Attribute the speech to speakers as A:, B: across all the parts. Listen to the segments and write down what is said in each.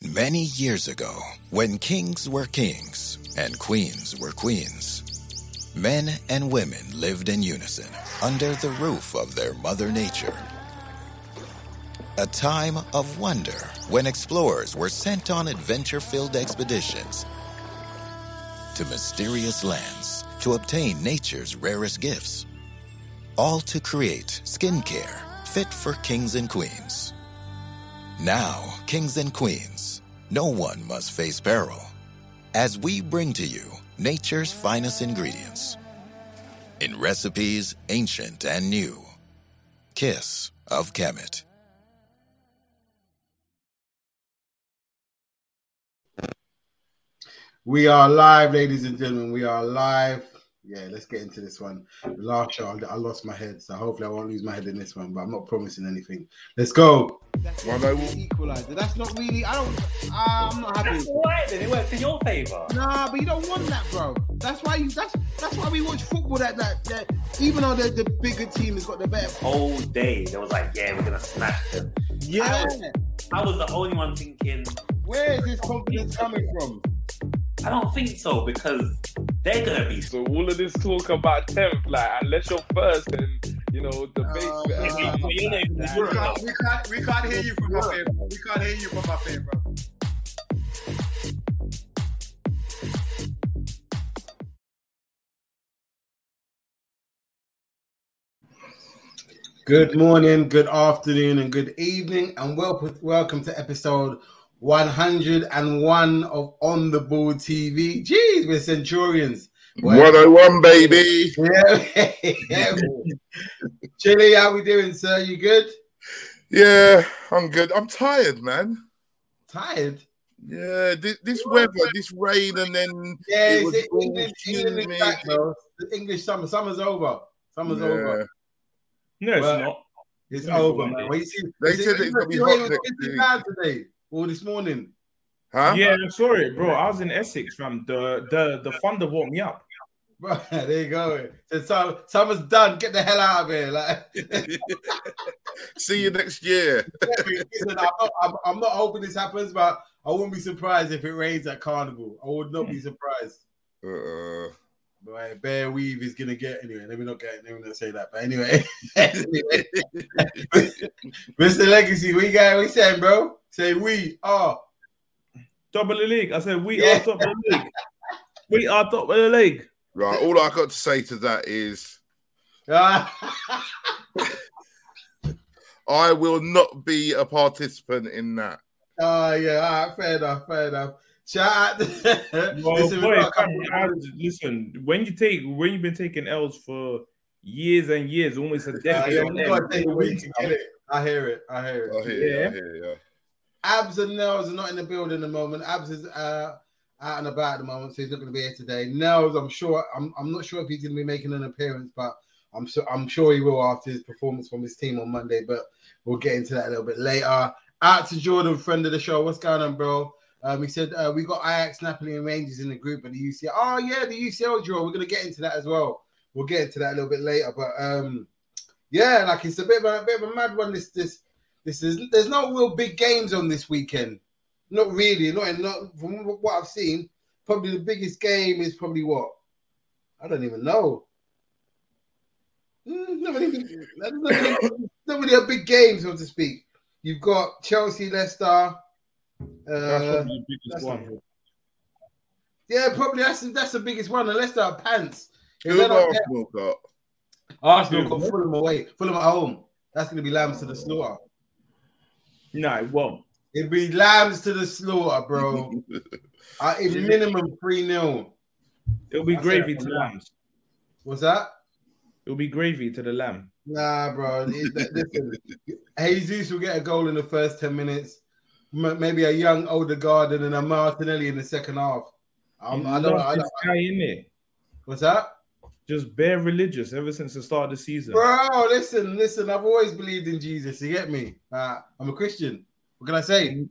A: Many years ago, when kings were kings and queens were queens, men and women lived in unison under the roof of their mother nature. A time of wonder when explorers were sent on adventure filled expeditions to mysterious lands to obtain nature's rarest gifts, all to create skincare fit for kings and queens. Now, kings and queens, no one must face peril as we bring to you nature's finest ingredients in recipes ancient and new. Kiss of Kemet.
B: We are live, ladies and gentlemen. We are live. Yeah, let's get into this one. The last show, I lost my head, so hopefully I won't lose my head in this one. But I'm not promising anything. Let's go.
C: That's
D: Well,
C: well,
D: they will-
C: equalizer. That's not really. I don't. I'm not happy.
E: That's alright then, it works in your favour.
C: Nah, but you don't want that, bro. That's why you. That's that's why we watch football. That that, that even though the, the bigger team has got the better.
E: Whole day, they was like, yeah, we're gonna smash them.
C: Yeah.
E: I was the only one thinking,
C: Where is this confidence coming from?
E: I don't think so because they're gonna be.
D: So all of this talk about tenth, like unless you're first, and you know the
F: Oh, man.
D: base. Uh,
E: You're not even-
F: We can't, we can't, we can't hear you from up here. bro. We can't hear you from up here, bro.
B: Good morning, good afternoon, and good evening, and welcome welcome to episode 101 of On the Ball TV. Jeez, we're Centurions. Boy,
D: 101, baby.
B: yeah, yeah, boy. Chili, how we doing, sir? You good?
D: Yeah, I'm good. I'm tired, man.
B: Tired?
D: Yeah, this, this weather, this rain, and then
B: Yeah,
D: It
B: it's
D: was
B: it,
D: all
B: England, England is
D: humid.
B: back, bro. The English summer, summer's over. Summer's
D: Yeah.
B: over.
G: No, it's
B: Well,
G: not.
B: It's
G: Yeah,
B: over,
G: it's
B: man. Well, you see,
D: They
B: is
D: said it's gonna be
B: you
D: hot
B: know, it was
D: next
B: 50
D: week.
B: pounds today or this morning.
D: huh?
G: Yeah, I saw it, bro. I was in Essex, fam. The the the thunder woke me up.
B: Bro, there you go. So some, summer's done. Get the hell out of here. Like,
D: See you next year.
B: listen, I'm, not, I'm, I'm not hoping this happens, but I wouldn't be surprised if it rains at Carnival. I would not be
G: Hmm.
B: surprised.
D: Uh,
B: Boy, Bear Weave is gonna get anyway. Let me not get. Let me not say that. But anyway, Mr. Legacy, we got. We saying, bro. Say we are.
G: Top of the league. I said we
B: Yeah.
G: are top of the league. We are top of the league.
D: right. All I got to say to that is
B: Ah,
D: I will not be a participant in that.
B: ah, yeah. All right, fair enough. Fair enough. Shout out.
G: Well,
B: Listen, we've
G: boy,
B: got a
G: fam,
B: couple-
G: I- listen, when you take when you've been taking L's for years and years, almost a
B: Uh, Yeah,
G: decade.
B: yeah,
G: on
B: we
G: end,
B: gotta take a week to get it. I hear it. I hear
D: I
B: it.
D: hear you, I
G: Yeah.
D: hear you.
B: Abs and Nels are not in the building at the moment. Abs is uh, out and about at the moment, so he's not going to be here today. Nels, I'm sure. I'm, I'm not sure if he's going to be making an appearance, but I'm so, I'm sure he will after his performance from his team on Monday. But we'll get into that a little bit later. Out to Jordan, friend of the show. What's going on, bro? Um, he said uh, we got Ajax, Napoli, and Rangers in the group, and the UCL. Oh yeah, the UCL draw. We're going to get into that as well. We'll get into that a little bit later, but um, yeah, like it's a bit of a, bit of a mad one. This this this is there's no real big games on this weekend. Not really. Not not from what I've seen. Probably the biggest game is probably what I don't even know. Mm, Not really, not really- not really a big game, so to speak. You've got Chelsea, Leicester.
G: That's
B: Uh,
G: probably the biggest
B: that's
G: one.
B: yeah, probably that's that's the biggest one. Unless they're pants. If
D: Who
B: they're not-
D: Arsenal got?
B: Arsenal got Fulham away. Fulham at home. That's going to be lambs to the slaughter.
G: No, it won't.
B: It'd be lambs to the slaughter, bro. uh, if minimum 3 0.
G: It'll be
B: I said
G: gravy
B: it
G: to
B: won't.
G: lambs.
B: What's that?
G: It'll be gravy to the lamb.
B: Nah, bro. It- that- listen, Jesus will get a goal in the first 10 minutes. M- maybe a young Odegaard and then a Martinelli in the second half. Um, I don't, I
G: Love
B: don't,
G: this guy in it.
B: what's that?
G: Just bare religious ever since the start of the season.
B: Bro, listen, listen. I've always believed in Jesus. You get me? Uh, I'm a Christian. What can I say?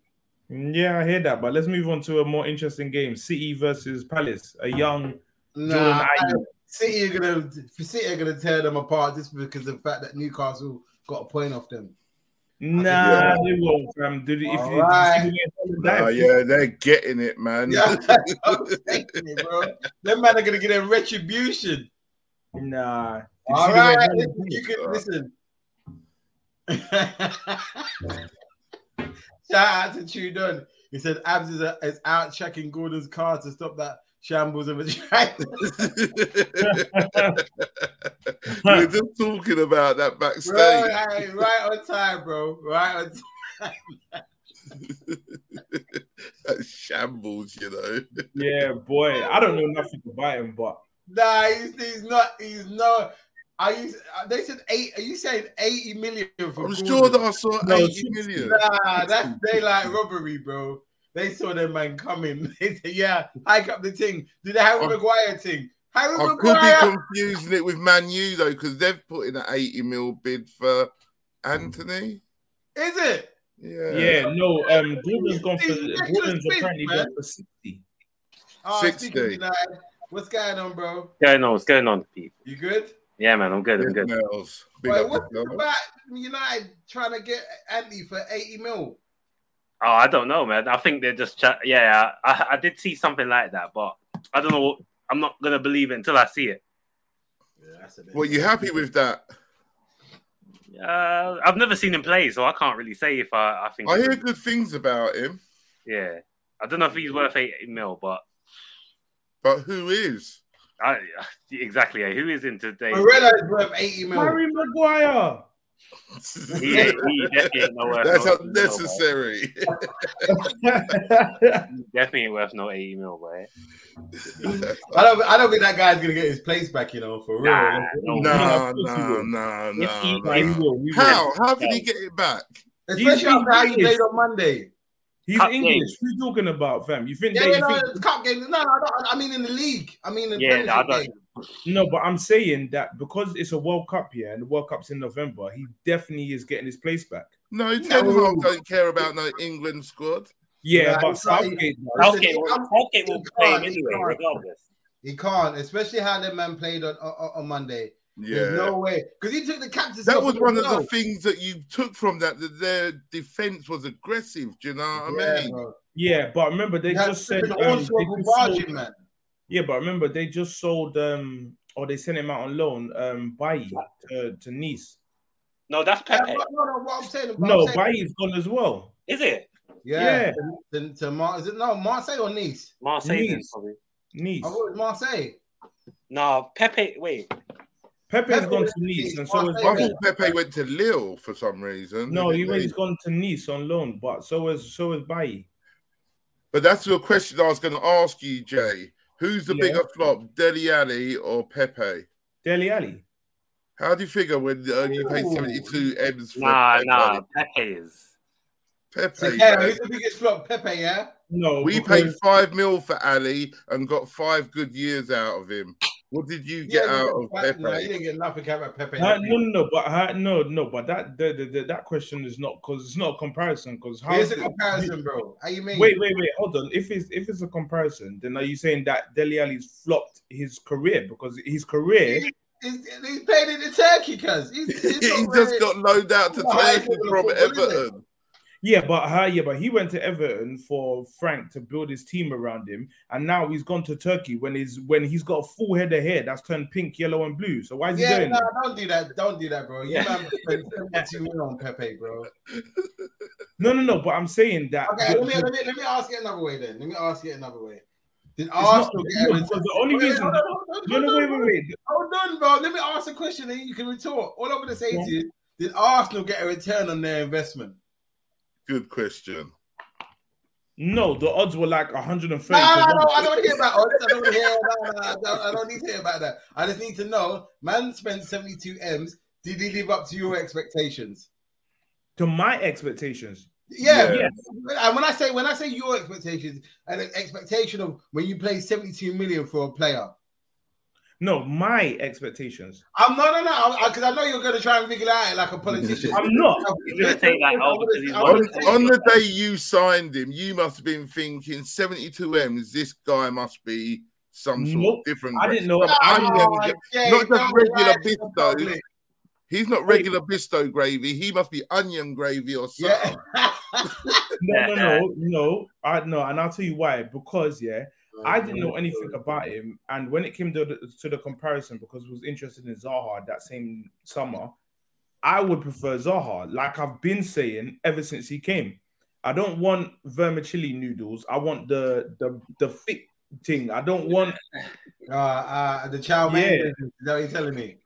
G: Yeah, I hear that, but let's move on to a more interesting game: City versus Palace. A young Jordan
B: Nah,
G: Ayew.
B: City are gonna City are gonna tear them apart just because of the fact that Newcastle got a point off them.
G: Nah, they won't, fam. Dude, if
B: All
G: you,
B: right.
G: Nah,
D: Uh,
H: Nah, yeah, they're getting it, man.
B: Yeah, I'm taking it, bro. Them man are gonna get a retribution.
G: nah. Did you see
B: All
G: the way
B: right,
G: Harry
B: listen,
G: did
B: you
G: it?
B: can listen. Shout out to Chudon. He said Abs is, a, is out checking Gordon's car to stop that shambles of a track.
H: We're just talking about that
B: Bro,
H: backstage.
B: hey, right on time, bro. Right on time.
H: That shambles, you know.
G: Yeah, boy. I don't know nothing about him, but
B: Nah, he's, he's not. He's not. Are you? uh, They said eight. Are you saying eighty million? For
H: I'm
B: Gordon?
H: sure that I saw
G: No,
H: 80
G: it's-
H: million.
B: Nah, that's daylight robbery, bro. They saw their man coming. They said, "Yeah, hike up the thing." Do the Harry
H: I-
B: Maguire thing? Harry
H: I could be
B: Maguire.
H: confusing it with Man U, though, because they've put in an 80 mil bid for Anthony.
B: Is it?
H: Yeah.
G: yeah, no. Um, Gordon's gone for
B: He's actually
G: Gordon's
B: big,
G: apparently
B: man.
G: gone for sixty.
B: Oh,
H: 60.
B: speaking of United, what's going on, bro?
I: going on? What's going on, Pete?
B: You good?
I: Yeah, man, I'm good. I'm good.
H: Nails. Big
B: Wait,
H: up
B: what's
H: yourself.
B: about United trying to get Andy for eighty mil?
I: Oh, I don't know, man. I think they're just chat. Yeah, I, I did see something like that, but I don't know. What, I'm not gonna believe it until I see it.
H: Well, you happy with that?
I: Uh, I've never seen him play, so I can't really say if I, I think.
H: I hear good things about him,
I: Yeah, I don't know if he's worth eight mil, but
H: but who is?
I: I exactly yeah, who is in today?
B: Morella is worth eighty mil.
G: Harry Maguire.
I: He, ain't- he definitely ain't no worth.
H: That's
I: no 80 mil,
H: unnecessary.
I: boy. He definitely ain't worth no eighty mil, boy.
B: I don't. I don't think that guy's gonna get his place back. You know, for real.
I: Nah, no.
H: No,
G: Of course he
H: no,
G: will.
H: no,
I: If
H: no.
I: he-
G: Like,
H: no.
G: he will, he will.
H: How? How did he get it back?
B: Especially
G: He's-
B: after how you
G: he is.
B: played on Monday.
G: He's
I: Cup
G: English. Who you talking about, fam? You think
B: Yeah,
G: they
B: yeah, no,
G: think,
B: it's cup games. No, no, I, don't, I mean in the league. I mean in the
I: Yeah,
B: Premier
I: no, I
B: League
I: don't-
B: game.
G: no, but I'm saying that because it's a World Cup here and the World Cup's in November, he definitely is getting his place back.
H: No, Ten Hag don't care about no England squad.
G: Yeah,
B: Right,
G: but
B: it's not-
G: Southgate,
I: Southgate,
B: He can't-
I: Southgate will play him
B: he
I: anyway,
B: can't.
I: regardless.
B: He can't, especially how that man played on on, on Monday.
H: Yeah.
B: There's no way because he took the captaincy.
H: that was
B: off
H: one of
B: himself.
H: the things that you took from that, that their defense was aggressive. Do you know what I
B: Yeah,
H: mean?
B: bro.
G: yeah, but remember they
B: That-
G: just said
B: the
G: um, they
B: onslaught of
G: just sold-
B: Bargy, man.
G: yeah, but remember they just sold um or they sent him out on loan um Bailly to, to Nice.
I: No, that's
B: Yeah,
I: Pepe,
B: but no, no, what I'm saying, what
G: No,
B: I'm saying,
G: Bailly's gone as well.
I: is it?
B: yeah, To, to, to Mar- is it no Marseille or Nice?
I: Marseille, then,
G: Nice.
I: probably.
G: Nice.
B: I thought it was Marseille.
I: No, Pepe. Wait,
G: Pepe's
B: Pepe
G: gone to
B: went to
G: Nice,
B: Nice.
G: and so
H: I
G: is
H: thought Pepe went to Lille for some reason.
G: no, he
H: didn't
G: went, he's gone to Nice on loan, but so is so is Bailly.
H: But that's the question I was going to ask you, Jay. Who's the
G: Yeah.
H: bigger flop, Deli Ali or Pepe?
G: Deli Ali.
H: How do you figure when uh, you pay
B: Ooh.
H: 72 M's for
I: nah,
H: Pepe?
I: nah, Pepe is.
B: So,
H: Pepe,
B: yeah,
H: man.
B: who's the biggest flop? Pepe, yeah.
G: No,
H: We
G: because-
H: paid five mil for Ali and got five good years out of him. What did you get
B: yeah,
H: out
B: you
H: of
B: got-
H: Pepe?
B: No, you didn't get nothing out of Pepe.
G: Uh, no, no, no, but uh, no, no, but that the, the, the, that question is not because it's not a comparison. Because how?
B: Here's a comparison, bro. How you mean?
G: Wait, wait, wait. Hold on. If it's if it's a comparison, then are you saying that Deli Ali's flopped his career because his career?
B: He's, he's played it in Turkey, cuz he's, he's
H: he
B: not
H: just
B: really-
H: got loaned out to
B: He's not
H: Turkey
B: hiding
H: from
B: in the football, is it?
H: Everton.
G: Yeah, but uh, yeah, but he went to Everton for Frank to build his team around him, and now he's gone to Turkey when he's when he's got a full head of hair that's turned pink, yellow, and blue. So why is he
B: Yeah,
G: doing?
B: no,
G: that?
B: don't do that. Don't do that, bro. You
G: Yeah.
B: man spent 72 million on Pepe, bro.
G: No, no, no. But I'm saying that.
B: Okay,
G: the-
B: let me,
G: the-
B: let me let me ask it another way then. Let me ask it another way. Did
G: it's
B: Arsenal
G: not-
B: get
G: no,
B: Everton?
G: because the only
B: Wait,
G: reason.
B: hold on, hold
G: No,
B: on,
G: no,
B: hold
G: wait,
B: on,
G: wait, wait.
B: Hold on, bro. Let me ask a question and you can retort. All I'm gonna say
G: Yeah.
B: to you, did Arsenal get a return on their investment?
H: Good question.
G: No, the odds were like 130.
B: No,
G: to
B: no,
G: one.
B: no, I don't want to hear about odds. I don't want to hear about that. I don't need to hear about that. I just need to know, man spent 72 M's. Did he live up to your expectations?
G: to my expectations.
B: Yeah.
G: Yes.
B: And when I say when I say your expectations, an expectation of when you play 72 million for a player.
G: No, my expectations.
B: I'm no no no because I, know you're gonna try and figure it out like a politician.
G: I'm not.
I: He's gonna say that, oh, because he's
B: I
H: On,
B: wanna-
I: wanted to-
H: on the day you signed him, you must have been thinking 72 M's, this guy must be some sort
G: Nope,
H: of different.
G: I didn't know.
H: I'm
B: Oh,
H: gonna get-
B: Jay,
H: not just
B: don't
H: regular
B: lie to
H: bits,
B: the
H: though.
B: public.
H: He's not regular Bisto gravy. He must be onion gravy or something.
G: No, no, no, no. I no, and I'll tell you why. Because yeah, I didn't know anything about him, and when it came to the, to the comparison, because I was interested in Zaha that same summer, I would prefer Zaha. Like I've been saying ever since he came, I don't want vermicelli noodles. I want the the the thick thing. I don't want
B: Uh, uh, the child
G: Yeah.
B: man business, is that what you're telling me?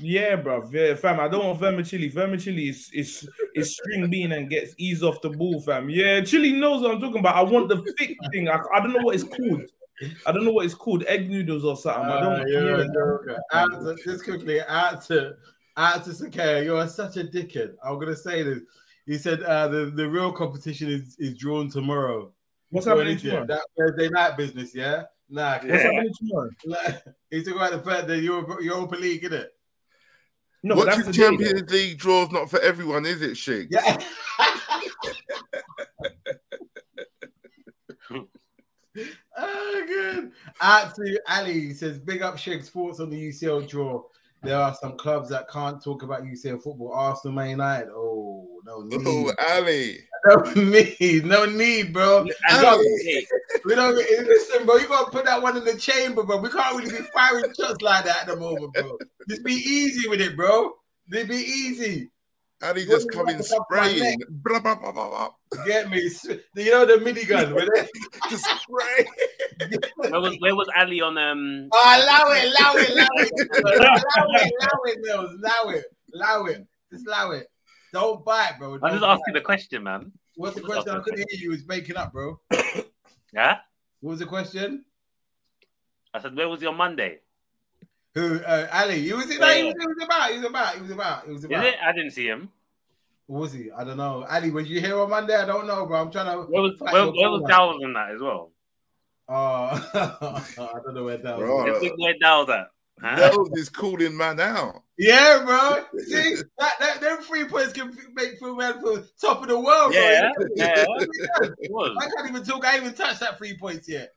G: yeah, bruv. Yeah, fam. I don't want vermicelli. Vermicelli is is is string bean and gets ease off the ball, fam. Yeah, chili knows what I'm talking about. I want the thick thing. I, I don't know what it's called. I don't know what it's called. Egg noodles or something. I
B: Uh,
G: don't.
B: you're a
G: yeah.
B: joker. Out to, just quickly, out to out to Sakaya, you are such a dickhead. I'm gonna say this. He said uh, the the real competition is, is drawn tomorrow.
G: What's
B: You're an
G: happening
B: idiot.
G: tomorrow?
B: That Thursday night business, yeah. Nah,
I: Yeah.
G: What's happening tomorrow?
B: he's talking about the fact that Europa, Europa League, isn't it?
G: No,
H: Watching
G: the day, though.
H: Champions League draws not for everyone, is it, Sheik?
B: Yeah. oh, good. Out to Ali says, big up Shig's thoughts on the UCL draw. There are some clubs that can't talk about UCL football. Arsenal, Man United. Oh, no need.
H: Oh, Ali.
B: No need. No need, bro.
H: Ali.
B: We don't listen, bro. You gotta put that one in the chamber, bro. We can't really be firing shots like that at the moment, bro. Just be easy with it, bro. Just be easy.
H: Ali
B: What
H: just
B: do you
H: coming
B: want to talk about
H: spraying. Blah, blah, blah, blah, blah.
B: Get me. You know the minigun, where they-
H: Just spray.
I: Where was where was Ali on um?
B: Oh, allow it, allow it, allow it. allow it, allow it, Mills. Allow it, allow it. Just allow it. Don't bite, bro.
I: I'm
B: Don't
I: just
B: bite.
I: asking the question, man.
B: What's the question? I couldn't hear you. It's making up, bro.
I: Yeah,
B: What was the question?
I: I said where was your Monday?
B: Who? Uh, Ali. He was, no, he was, he was about. He was about. He was about. He was
I: Is
B: about.
I: it? I didn't see him.
B: What was he? I don't know. Ali, was you here on Monday? I don't know, bro. I'm trying to.
I: Where was where, where was Dowles in that as well?
B: Oh, I don't know where that was.
H: Bro.
I: Let's think where Dowles at? Huh?
H: Nels is calling man out.
B: Yeah, bro. See, that, that, them three points can make Phil man for top of the world,
I: Yeah,
B: bro.
I: yeah, it was.
B: I can't even talk. I ain't even touched that three points yet.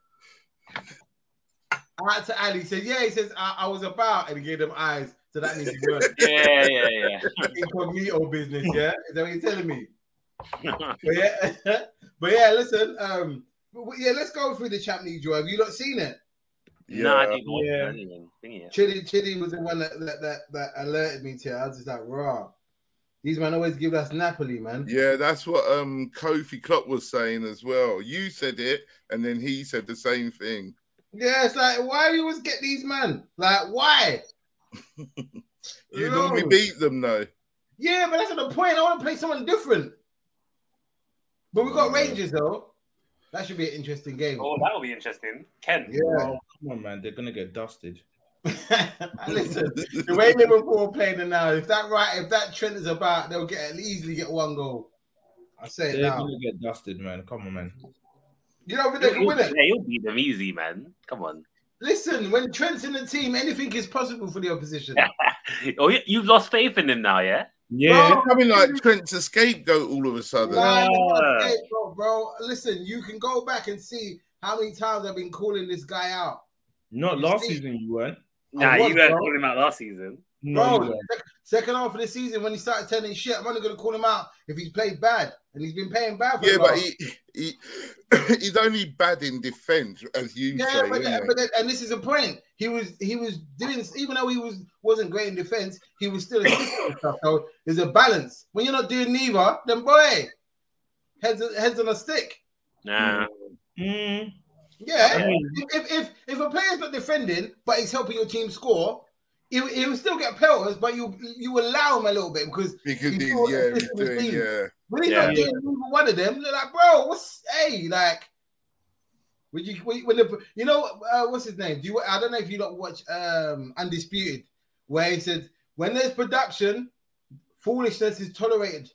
B: I had to Ali. He said, "Yeah." He says, "I, I was about," and he gave them eyes. So that means he was
I: Yeah, yeah,
B: incognito business. Yeah, is that what you're telling me?
I: yeah.
B: But yeah, but yeah. Listen, um, but we- yeah. Let's go through the Champ League draw. Have you not seen it?
I: No, I
H: Yeah.
I: didn't watch
G: Yeah.
I: it. I didn't even think it.
B: Chitty Chitty was the one that that, that, that alerted me to. it. I was just like, "Raw." These men always give us Napoli, man.
H: Yeah, that's what um Kofi Klopp was saying as well. You said it, and then he said the same thing.
B: Yeah, it's like, why do you always get these man? Like, why?
H: You
B: No.
H: normally beat them though.
B: Yeah, but that's not the point. I want to play someone different. But we got
H: Mm.
B: Rangers though. That should be an interesting game.
I: Oh, that'll be interesting. Ken.
B: Yeah.
G: Oh, come on, man. They're gonna get dusted.
B: Listen, the way Liverpool are playing them now, if that right, if that trend is about, they'll get they'll easily get one goal. I say it
G: They're
B: now.
G: gonna get dusted, man. Come on, man.
B: You don't think they can
I: You'll,
B: win it?
I: yeah, you'll beat them easy, man. Come on.
B: Listen, when Trent's in the team, anything is possible for the opposition.
I: Oh, you, you've lost faith in him now, yeah?
G: Yeah.
H: They're coming like Trent's a scapegoat all of a sudden.
B: Line is on
I: Yeah.
B: tape, bro, bro. Listen, you can go back and see how many times I've been calling this guy out.
G: Not last season you weren't.
I: Nah,
B: I was,
I: you weren't
B: bro.
I: talking about last season.
G: No, you
B: Bro,
G: weren't.
B: sec- second half of the season when he started telling shit, I'm only gonna call him out if he's played bad, and he's been paying bad. For
H: Yeah,
B: the
H: but
B: last-
H: he, he he's only bad in defense, as you
B: yeah,
H: say.
B: but, uh,
H: isn't
B: but then- and this is the point. He was he was doing even though he was wasn't great in defense, he was still a stuff. So there's a balance. When you're not doing neither, then boy, heads heads on a stick.
I: Nah.
G: Mm.
B: Yeah.
G: Yeah.
B: If, if if a player's not defending but he's helping your team score, he, he will still get penalties, but you you allow him a little bit because
H: he? Because
B: He's
H: he's,
B: all
H: yeah, he's
B: assistant
H: doing,
B: team.
H: yeah.
B: When he's
I: Yeah.
B: not doing either one of them, they're like, bro, what's hey like? When you when, when the you know uh, what's his name? Do you I don't know if you not watch um Undisputed, where he said when there's production, foolishness is tolerated.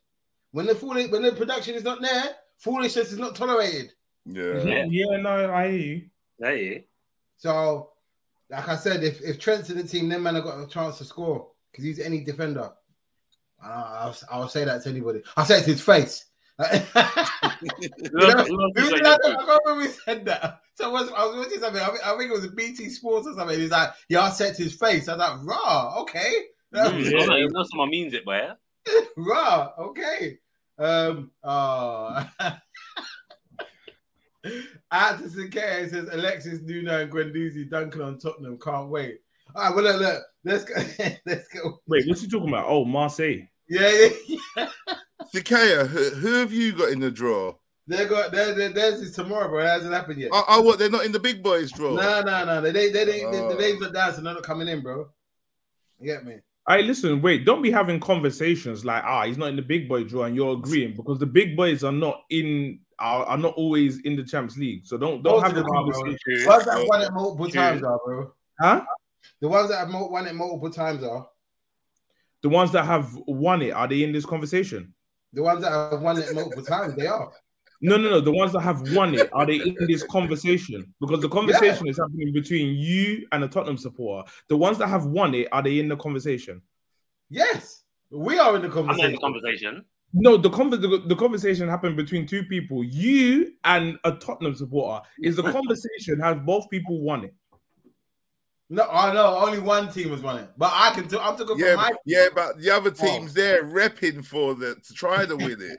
B: When the fool when the production is not there, foolishness is not tolerated.
H: Yeah.
I: Yeah.
G: Yeah. no, I hear you.
B: Hmm.
I: Hey.
B: So, like I said, if if Trent's in the team, then man, I got a chance to score because he's any defender. Uh, I'll, I'll say that to anybody. I'll say it to his face.
I: Who else- who
B: Who
I: else
B: did
I: is
B: I, I
I: on your-
B: can't remember who said that. So I was, I was watching something. I think, I think it was BT Sports or something. He's like, "Yeah, I said to his face." I was like, "Raw, okay."
I: Mm, yeah. know, you know someone means it, but
B: Raw, okay. Um, oh. Actors in KA says Alexis Nuno and Guendouzi dunking on Tottenham. Can't wait. All right, well, look, look let's go. let's go.
G: Wait, what's he talking about? Oh, Marseille.
B: Yeah, yeah. Mm-hmm.
H: Takea, who, who have you got in the draw?
B: They got there. there- There's this tomorrow, bro. It hasn't happened yet.
H: Oh, oh, what? They're not in the big boys draw.
B: No, no, no. They, they, they, they,
H: Oh.
B: the names are dancing. They're not coming in, bro. You get me?
G: Hey, listen, wait, don't be having conversations like, ah, he's not in the big boy draw and you're agreeing because the big boys are not in, are, are not always in the Champions League. So don't don't
B: Most
G: have
B: of
G: the
B: them are, bro.
G: conversation.
B: The ones that have won it multiple
I: Yeah.
B: times are, bro.
G: Huh?
B: The ones that have mo- won it multiple times are
G: The ones that have won it, are they in this conversation?
B: the ones that have won it multiple times. They are.
G: No, no, no. The ones that have won it, are they in this conversation? Because the conversation is happening between you and a Tottenham supporter. The ones that have won it, are they in the conversation?
B: Yes, we are in the
I: I'm not
B: conversation.
I: in the conversation.
G: No, the, conver- the, the conversation happened between two people, you and a Tottenham supporter. Is the conversation have both people won it?
B: No, I know only one team has won it, but I can. T- I'm talking
H: Yeah,
B: from my.
H: but, yeah, but the other
I: Oh.
H: teams they're repping for the to try to win it.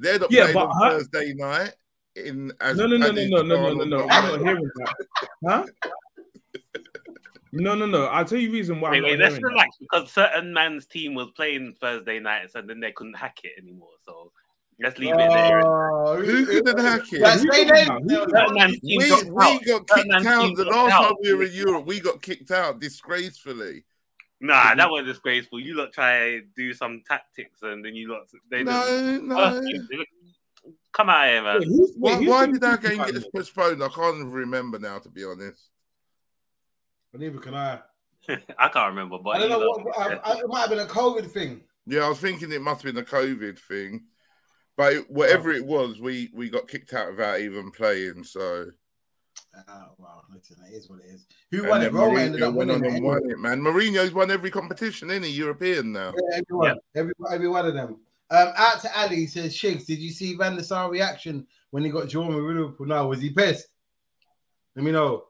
H: They're not
G: Yeah,
H: playing
G: but
H: on
G: her-
H: Thursday night. In as
G: No, no, no,
H: as
G: no,
H: in
G: no, no, no, no,
H: on-
G: no. I'm not hearing that. Huh? No, no, no. I'll tell you reason why.
I: Wait, wait,
G: I'm
I: let's
G: not hearing
I: relax because certain man's team was playing Thursday night, and then they couldn't hack it anymore. So let's leave it there.
B: Oh,
H: Who couldn't hack it?
B: That's- Say they-
I: Certain man's
H: We,
I: team
H: we
I: got out.
H: got
I: Certain
H: kicked
I: man's team
H: out. The
I: got
H: last
I: out.
H: time we were in Europe, we got kicked out disgracefully.
I: Nah, that was disgraceful. You lot try do some tactics, and then you lot they just-
H: No, no.
I: come out here, man.
G: Wait, who's- wait,
H: Why,
G: who's
H: why
G: the-
H: did our game get postponed? I can't even remember now, to be honest.
B: Neither can I.
I: I can't remember, but
B: I don't know
I: you lot-
B: what. I, I, it might have been a COVID thing.
H: Yeah, I was thinking it must have been a COVID thing, but
G: Oh.
H: whatever it was, we we got kicked out without even playing. So
B: Ah, wow, listen, it is what it is. Who
H: And
B: won
H: then
B: it? Roma
H: Mourinho
B: ended up
H: went
B: winning.
H: on
B: it
H: and
B: anyway.
H: won it, man. Mourinho's won every competition, isn't he? European now.
B: Yeah, everyone, every, every one of them. Um, out to Ali he says, Shigs, did you see Van der Sar reaction when he got drawn with Liverpool? No, was he pissed? Let me know.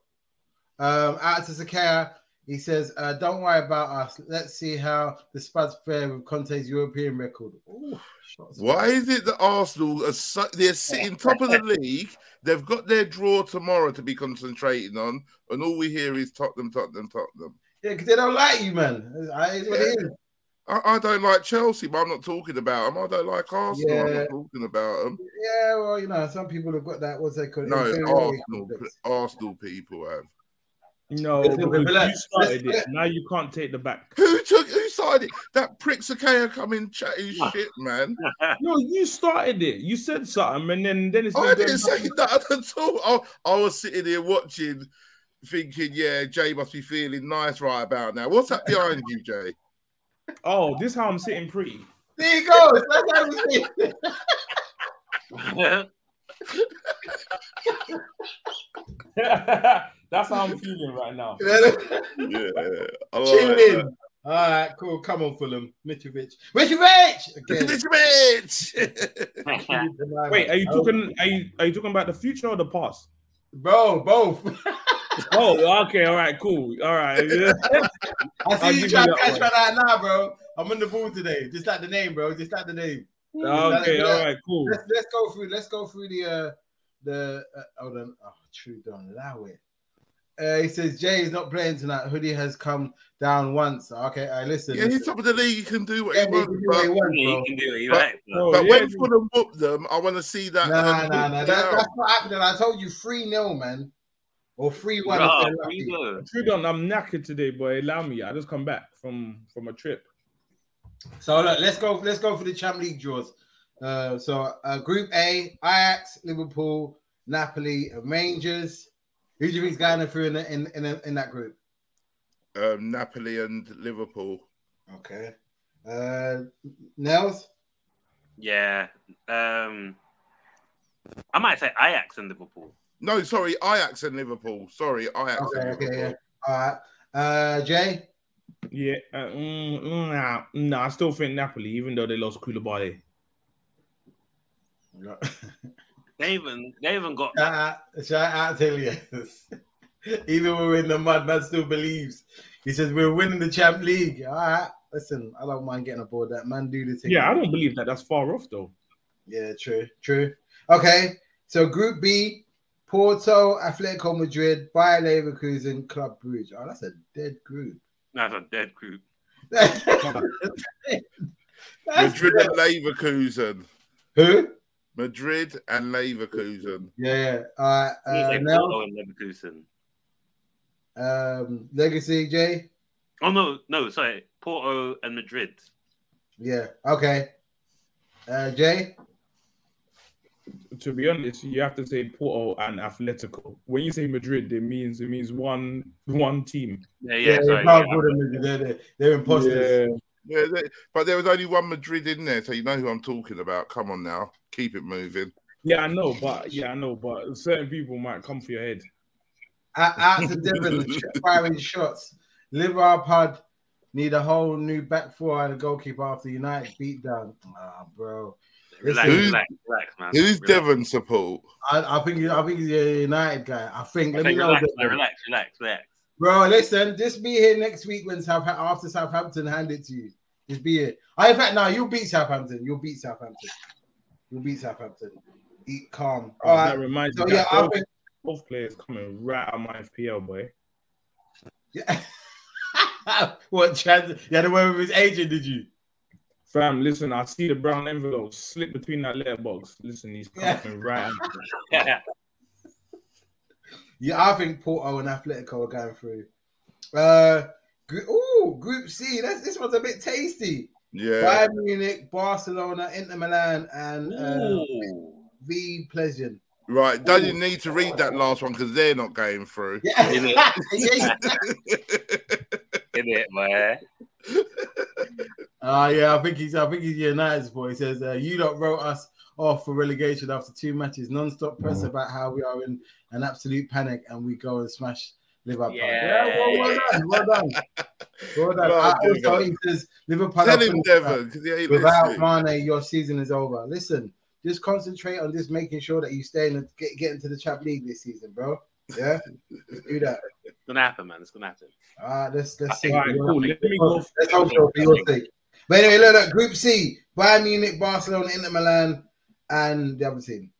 B: Um, out to Sakaya, he says, uh, don't worry about us. Let's see how the Spuds fare with Conte's European record. Ooh, shots.
H: Why is it that Arsenal are so, they're sitting top of the league? They've got their draw tomorrow to be concentrating on, and all we hear is Tottenham, Tottenham, Tottenham.
B: Yeah, because they don't like you, man. I, it's what it is.
H: I, I don't like Chelsea, but I'm not talking about them. I don't like Arsenal. I'm
B: Yeah.
H: not talking about them.
B: Yeah, well, you know, some people have got that, what's they call it?
H: No,
B: inferiority
H: Arsenal,
B: complex.
H: Arsenal people have.
G: No,
B: Listen,
G: because
B: relax.
G: you started it. Now you can't take the back.
H: Who took who signed it? That prick Sakaya coming chatting
B: Ah.
H: shit, man.
G: No, you started it. You said something, and then then it's.
H: Oh, I didn't say that at all. I, I was sitting here watching, thinking, yeah, Jay must be feeling nice right about now. What's that behind you, Jay?
G: Oh, this how I'm sitting pretty.
B: There you go. That's how we see it.
G: That's how I'm feeling right now.
H: Yeah.
B: Tune in. All right, cool. Come on, Fulham. Mitrovic. Mitrovic! Again.
H: This bitch.
G: Wait, are you talking? Are you are you talking about the future or the past?
B: Bro, both.
G: Oh, okay, all right, cool, all right. Yeah.
B: I
G: I'll
B: see you
G: give
B: trying to
G: you that
B: catch
G: one.
B: right out now, bro. I'm on the ball today. Just like the name, bro. Just like the name.
G: Okay, all right, cool.
B: Let's let's go through. Let's go through the uh the uh, hold on. Oh, true. Don't allow it. Uh, he says Jay is not playing tonight. Hoodie has come down once. Okay, I listen.
H: yeah, he's
B: listen.
H: top of the league. He can do what
B: Yeah,
H: he
B: he
H: wants.
B: can do what he wants, bro.
I: you can
H: But,
I: do what you like.
G: Oh,
H: but
G: yeah,
H: when
G: yeah.
H: Fulham whoop them, I want to see that.
B: Nah,
H: um,
B: nah, nah. That,
H: down.
B: that's not happening. I told you three 0 man, or three one.
I: Bro, we go.
G: Trudon, I'm knackered today, boy. Allow me. I just come back from from a trip.
B: So look, let's go. Let's go for the Champ League draws. Uh, so uh, Group A: Ajax, Liverpool, Napoli, and Rangers. Who do you think's going through in the, in, in in that group?
H: Um, Napoli and Liverpool.
B: Okay. Uh, Nels.
I: Yeah. Um, I might say Ajax and Liverpool.
H: No, sorry, Ajax and Liverpool. Sorry, Ajax
B: Okay.
H: and
B: Okay.
H: Liverpool.
B: Yeah. All right. Uh, Jay.
G: Yeah, uh, mm, mm, nah, nah, I still think Napoli, even though they lost Koulibaly.
I: They even they even got
B: Shout out, shout out to Elias. Even when we're in the mud, man still believes. He says we're winning the Champ League. All right. Listen, I don't mind getting aboard that man. Do the thing.
G: Yeah, I don't believe that. That's far off though.
B: Yeah, true, true. Okay, so Group B: Porto, Atletico Madrid, Bayer Leverkusen, Club Brugge. Oh, that's a dead group.
I: That's a dead group.
H: Madrid and Leverkusen.
B: Who?
H: Madrid and Leverkusen.
B: Yeah, yeah. Uh, uh,
I: Like
B: now,
I: Porto and Leverkusen.
B: um, Legacy Jay.
I: Oh no, no, sorry, Porto and Madrid.
B: Yeah. Okay. Uh, Jay.
G: To be honest, you have to say Porto and Atletico. When you say Madrid, it means it means one one team.
I: Yeah, yeah,
B: they're,
I: sorry.
B: not
I: yeah.
B: good at Madrid. they're, they're, they're imposters.
H: Yeah, they- but there was only one Madrid in there, so you know who I'm talking about. Come on now, keep it moving.
G: Yeah, I know, but yeah, I know, but certain people might come for your head.
B: Out- Out to Devon, sh- firing shots. Liverpool need a whole new back four and a goalkeeper after United beat down. Ah, bro.
I: Relax,
H: Who's-
I: relax, relax, man.
H: Who's
I: Relax.
H: Devon support?
B: I, I think you- I think he's a United guy. I think. Let
I: Okay,
B: me know.
I: relax,
B: Devon.
I: relax, relax, relax.
B: Bro, listen, just be here next week when South after Southampton hand it to you. Just be here. I, in fact, now you'll beat Southampton. You'll beat Southampton. You'll beat Southampton. Eat calm.
G: Oh,
B: All
G: That
B: right.
G: reminds
B: So
G: me.
B: yeah,
G: that
B: I
G: both,
B: think.
G: both players coming right out of my FPL boy.
B: Yeah. what trans? You had a word with his agent, did you?
G: Fam, listen, I see the brown envelope slip between that letterbox. Listen, he's
B: Yeah.
G: coming right out.
I: Yeah.
B: Yeah, I think Porto and Atletico are going through. Uh, gr- ooh, Group C. That's this one's a bit tasty.
H: Yeah,
B: Bayern Munich, Barcelona, Inter Milan, and uh,
I: Ooh.
B: V Pleasant.
H: right. Don't you need to read that last one because they're not going through.
B: Yeah,
I: Is it?
B: yeah, yeah.
I: In it, man.
B: Uh, yeah, I think he's I think he's United's boy. He says, uh, you lot wrote us off for relegation after two matches, non-stop press
H: Mm-hmm.
B: about how we are in an absolute panic and we go and smash Liverpool.
I: Yeah.
B: well, well done, well done. Well done.
H: Well
B: Uh,
H: done,
B: also,
H: Devon.
B: he says, Liverpool
H: Tell
B: are
H: him
B: finished, uh,
H: Devon because he ain't
B: Without
H: listening.
B: Mane, your season is over. Listen, just concentrate on just making sure that you stay in the, get, get into the Champ League this season, bro. Yeah, Just do that.
I: It's gonna happen, man. It's gonna happen.
B: All right, let's let's see.
G: All right, cool. Let me go.
B: Let's hope so for your sake. But anyway, look, look, Group C: Bayern Munich, Barcelona, Inter Milan, and the other team.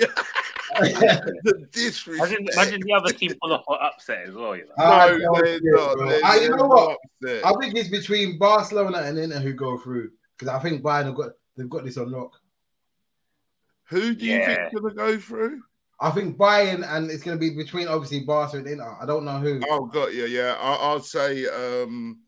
B: Ah,
H: the disrespect.
I: Imagine, imagine the other team pull off an upset as well, you know.
B: Ah,
H: No, they're
B: no,
H: not.
B: bro.
H: They're-
B: Ah, you
H: they're
B: know what?
H: upset.
B: I think it's between Barcelona and Inter who go through because I think Bayern have got they've got this on lock.
H: Who do you
I: Yeah.
H: think's going to go through?
B: I think Bayern and it's going to be between obviously Barca and Inter. I don't know who
H: Oh, got you. Yeah, I, I'll say. um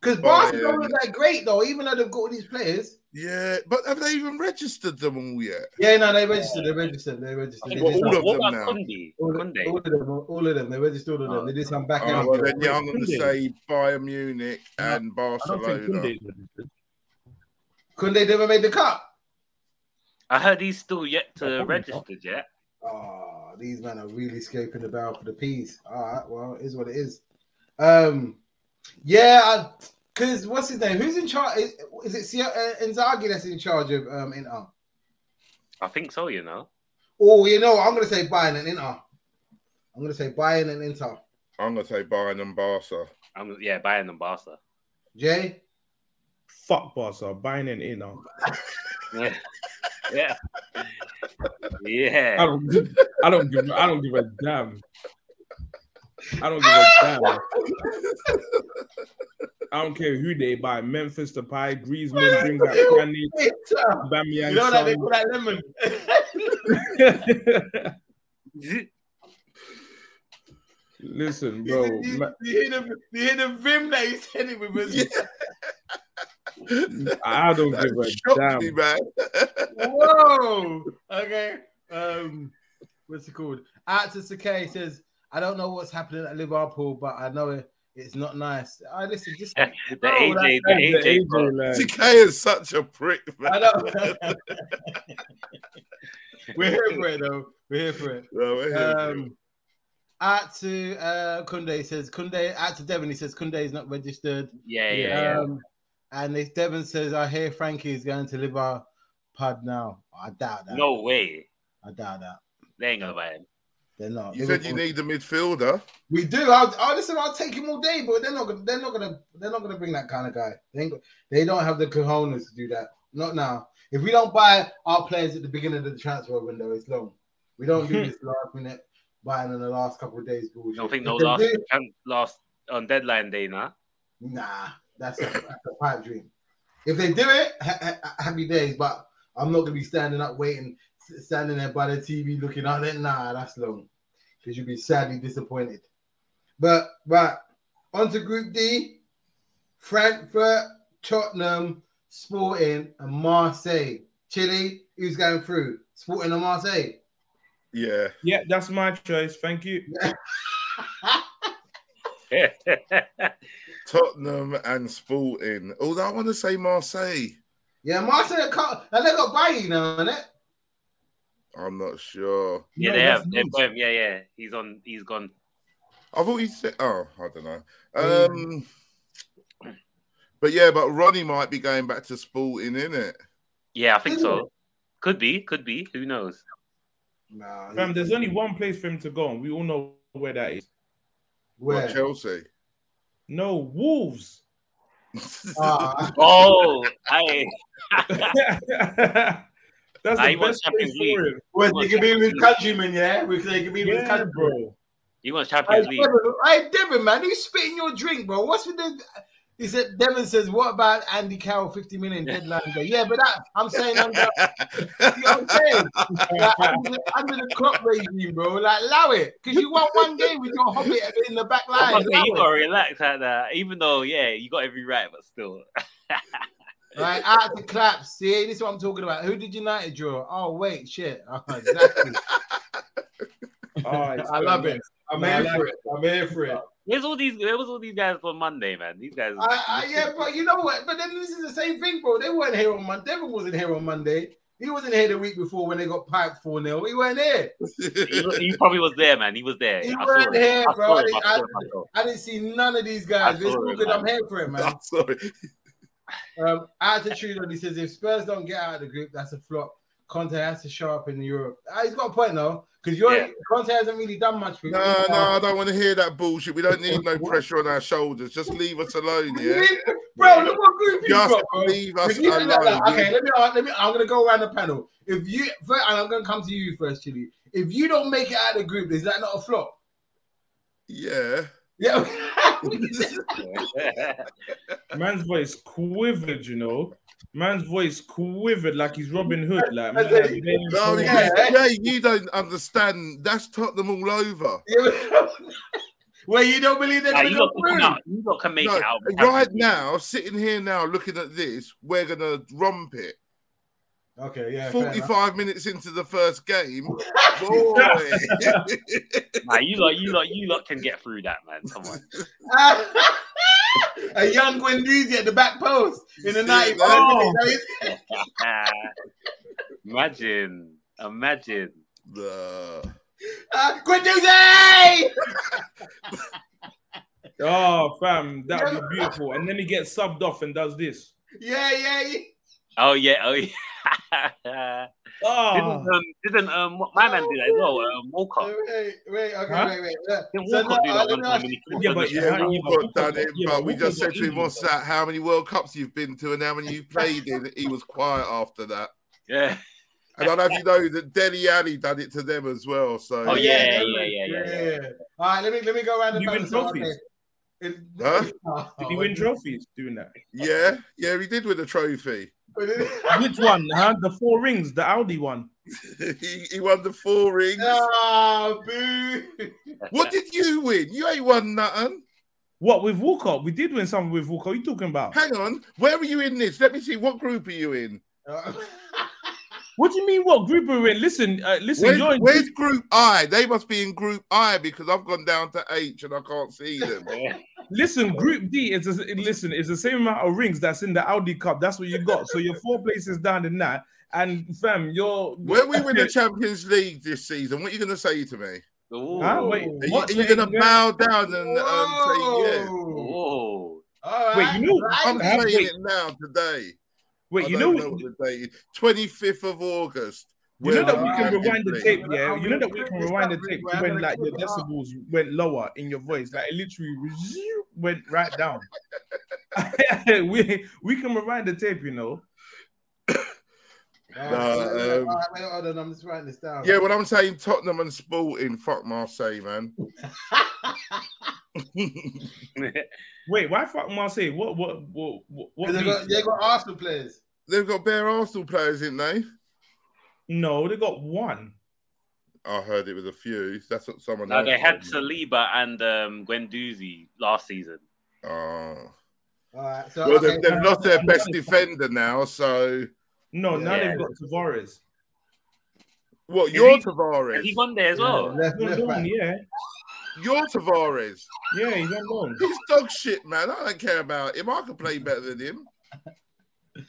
B: because
H: Bayern.
B: Barcelona are great though, even though they've got all these players.
H: Yeah, but have they even registered them all yet?
B: Yeah, no, they registered. They registered. They registered. They
I: What
H: Well,
B: did
H: all
B: some-
H: of
I: what
H: them
I: about
H: now.
I: Kunde?
B: all,
I: Kunde.
B: all of them. All of them. They registered all of them. They did some back
H: Oh,
B: end.
H: well, then, yeah, I'm going to
G: Kunde.
H: say Bayern Munich and
G: I don't think
H: Barcelona.
G: Kunde is registered.
B: Couldn't they never made the cup?
I: I heard he's still yet
G: Oh,
I: to
G: yeah.
I: register yet.
B: Oh, these men are really scraping the barrel for the peas. All right, well, it is what it is. Um, yeah, because what's his name? Who's in charge? Is, is it Sia- uh, Inzaghi that's in charge of um, Inter?
I: I think so, you know.
B: Oh, you know, I'm gonna say Bayern and Inter. I'm gonna say Bayern and Inter.
H: I'm going to say Bayern and Barca.
I: I'm yeah, Bayern and Barca.
B: Jay,
G: Fuck uh, Barca, buying an inner.
I: Yeah. yeah.
G: I
B: Oh.
I: Yeah.
G: don't. give- I don't give. I don't give a damn. I don't give a damn. I don't care who they buy. Memphis to buy. Griezmann brings out Kane.
B: Inter.
G: Aubameyang,
B: You know that they
G: Son.
B: call that lemon. Oh,
G: Listen, bro.
B: you, you,
G: ma-
B: you hear the, you hear the vim that he said it with. Was,
G: I don't
H: That
G: give a
H: shocked me,
G: damn.
H: man.
B: Whoa. Okay. Um, what's it called? Out to Sakay says, I don't know what's happening at Liverpool, but I know it, it's not nice. I listen, just
I: the
B: I
I: AJ, the
G: The
I: AJ, bro.
G: AJ line.
H: TK is such a prick, man.
B: know. We're here for it though. We're here for it.
H: No, we're here, bro.
B: Um out to uh Kunde says Kunde out to Devon, he says Kunde is not registered.
I: Yeah, yeah, yeah.
B: Um, and if Devon says, I hear Frankie is going to Liverpool now. I doubt that.
I: No way.
B: I doubt that.
I: They ain't gonna buy him.
B: They're not.
H: You
B: They
H: said
B: were-
H: you need a midfielder.
B: We do. I'll, I'll listen. I'll take him all day, but they're not. gonna- They're not gonna. They're not gonna bring that kind of guy. They ain't, go- they don't have the cojones to do that. Not now. If we don't buy our players at the beginning of the transfer window, it's long. We don't do this last minute buying in the last couple of days. Bullshit.
I: don't think
B: If
I: no
B: they
I: last
B: do-
I: um, last on deadline day, nah.
B: Nah, that's a, that's a pipe dream. If they do it, ha- ha- happy days. But I'm not gonna be standing up waiting, s- standing there by the TV looking at it. Nah, that's long because you'll be sadly disappointed. But right on to Group D: Frankfurt, Tottenham, Sporting, and Marseille. Chile, who's going through? Sporting and Marseille.
H: Yeah.
G: Yeah, that's my choice. Thank you.
H: Tottenham and Sporting. Although I want to say Marseille.
B: Yeah, Marseille can't. And they got Bailly now, innit?
H: I'm not sure.
I: Yeah,
G: No,
I: they
G: that's
I: have. They've
G: Leeds.
I: got him. Yeah, yeah. He's on. He's gone.
H: I thought you said. Oh, I don't know. Um, but yeah, but Ronnie might be going back to Sporting, innit?
I: Yeah, I think so. Could be. Could be. Who knows?
B: Nah,
G: Fam, there's only one place for him to go, and we all know where that is.
H: What,
B: where?
H: Chelsea?
G: No, Wolves.
B: Ah,
I: Oh, I.
G: that's
I: Ah,
G: the
I: he wants
G: best place
I: Champions
G: for him.
B: well, they could be with countrymen, yeah. We- They could be with
G: Yeah,
B: countrymen.
G: bro.
I: He wants
B: Hey
I: Champions League.
B: Devin, hey, Devin, man, you spitting your drink, bro. What's with the? He said, Devin says, "What about Andy Carroll, fifty million deadline day?" Yeah, but that, I'm saying under, you know what I'm saying? Like, under, the- under the clock regime, bro. Like, allow it, because you won one day with your hobbit in the back
I: I'm
B: line.
I: not saying you
B: Allow
I: gotta relax like that. Even though, yeah, you got every right, but still.
B: it. Right out the claps. See, this is what I'm talking about. Who did United draw? Oh wait, shit. Oh, exactly.
G: Ah, it's
B: I love it. I'm
G: I
B: here
G: like
B: for it. I'm here for it.
I: Where's all these? Where was all these guys on Monday, man? These guys.
B: I, I, yeah, but you know what? But then this is the same thing, bro. They weren't here on Monday. Devin wasn't here on Monday. He wasn't here the week before when they got piped 4 0. He wasn't here.
I: He, was- he probably was there, man. He was there.
B: He
I: I saw
B: weren't
I: him.
B: here,
I: I
B: bro.
I: saw
B: I
I: him.
B: didn't,
I: I
B: I,
I: saw him. I saw him.
B: I didn't see none of these guys.
I: I
B: It's
I: saw
B: all
I: it,
B: good.
I: man.
B: I'm here for it, man.
H: I'm sorry.
B: Um, attitude on he says if Spurs don't get out of the group, that's a flop. Conte has to show up in Europe. Ah, he's got a point though, because you're
I: Yeah.
B: Conte hasn't really done much. with
H: No, no, I don't want to hear that bullshit. We don't need no pressure on our shoulders. Just leave us alone, yeah?
B: bro. Look what group you
H: Just
B: got, bro.
H: leave us
B: If you
H: alone.
B: think that- like, okay,
H: yeah?
B: let me, let me. I'm gonna go around the panel. If you first, and I'm gonna come to you first, Chili. If you don't make it out of the group, is that not a flop?
H: Yeah.
B: Yeah.
G: Man's voice quivered, you know. Man's voice quivered like he's Robin Hood. Like,
B: I
G: man,
B: said-
G: I'm playing
H: No,
G: for-
B: yeah.
H: Jay, you don't understand. That's Tottenham all over.
B: Where you don't believe they're
I: Nah,
B: gonna
I: you
B: go
I: got to
B: through?
I: come out. You got to make
H: No,
I: it out.
H: right now, sitting here now, looking at this, we're gonna romp it.
B: Okay, yeah. fair enough.
H: Forty-five minutes into the first game, boy.
I: Nah, you lot, you lot, you lot can get through that, man. Come on.
B: a young Guendouzi at the back post in the
H: See,
B: 95
I: Oh.
H: no.
B: minutes.
I: Ah, imagine, imagine.
H: Nah.
B: Uh, Guendouzi!
G: Oh, fam, that would be beautiful. And then he gets subbed off and does this.
B: Yeah, yeah, yeah.
I: Oh yeah, oh yeah.
G: Oh,
I: didn't um, didn't um, what my man did that as well. Um, Walcott.
B: Wait, wait, okay,
G: Huh?
B: wait, wait. Look,
I: Didn't
B: so
I: Walcott
B: now,
I: do that
B: uh, let
I: one
B: me
I: time
B: ask you-
I: when he caught
G: Yeah,
I: the
G: but-
H: Yeah,
G: Yeah,
H: we
G: but-
H: got done it,
G: yeah,
H: but
G: but
H: we
G: we
H: just
G: got
H: said to him,
G: injured.
H: "What's that? How many World Cups you've been to, and how many you played in?" He was quiet after that.
I: Yeah.
H: And I know if you know that Deli Ali done it to them as well. So
I: Oh yeah, yeah, yeah, yeah. yeah, yeah.
B: Yeah. All right, let me let me go around the
G: Did he win
B: panel.
G: trophies?
B: If-
H: Huh?
B: Oh,
G: did he win trophies doing that?
H: yeah, yeah, he did win a trophy.
G: Which one? Huh? The four rings, the Audi one.
H: he, he won the four rings.
B: Ah, boo.
H: What did you win? You ain't won nothing.
G: What with Walcott? We did win something with Walcott. What are you talking about?
H: Hang on. Where are you in this? Let me see. What group are you in?
G: What do you mean? What group are we in? Listen, uh, listen.
H: Where's,
G: you're in
H: where's group I? They must be in group I because I've gone down to H and I can't see them.
G: Listen, Group D is a, listen. It's the same amount of rings that's in the Audi Cup. That's what you got. So you're four places down in that. And fam, you're
H: When we win the Champions League this season, what are you going to say to me?
I: Ooh.
G: Huh? Wait,
H: Are you,
G: what?
H: are you going to
G: Yeah.
H: bow down and um, say, yeah?
B: Whoa.
I: Whoa.
B: All
G: Wait,
B: right.
G: you know-
B: Right.
H: I'm
G: I have-
H: saying
G: wait.
H: it now today.
G: Wait,
H: I
G: you know,
H: don't know what the date is. 25th of August.
G: You know
H: Well,
G: that we
H: I've
G: can
H: been
G: rewind the
H: playing.
G: tape, yeah. You know that we
B: I've
G: can
B: been
G: rewind the
B: playing.
G: tape
B: I've been
G: when like the
B: playing.
G: decibels went lower in your voice, like it literally went right down. we we can rewind the tape, you know.
H: No, um,
B: All right, wait, hold on, I'm just writing this down.
H: Yeah, when I'm saying Tottenham and Sporting, fuck Marseille, man.
G: Wait, why fuck Marseille? What what what what? what
B: they got,
G: league?
B: they got Arsenal players.
H: They've got bare Arsenal players, didn't they?
G: No, they got one.
H: I heard it was a few. That's what someone.
I: Now
H: else
I: they had
H: told me.
I: Saliba and um, Guendouzi last season.
H: Oh.
B: All right, so
H: Well,
B: okay,
H: they've, they've lost their
G: I'm
H: best
G: not-
H: defender now. So,
G: No, now
I: Yeah.
G: they've got Tavares.
H: what?
I: Is
H: You're
I: he-
H: Tavares.
I: Has he gone there as well?
B: left,
G: He's
B: left
G: on
B: back.
G: loan, yeah,
H: You're Tavares.
G: yeah, he's on loan.
H: He's dog shit, man. I don't care about him. I could play better than him.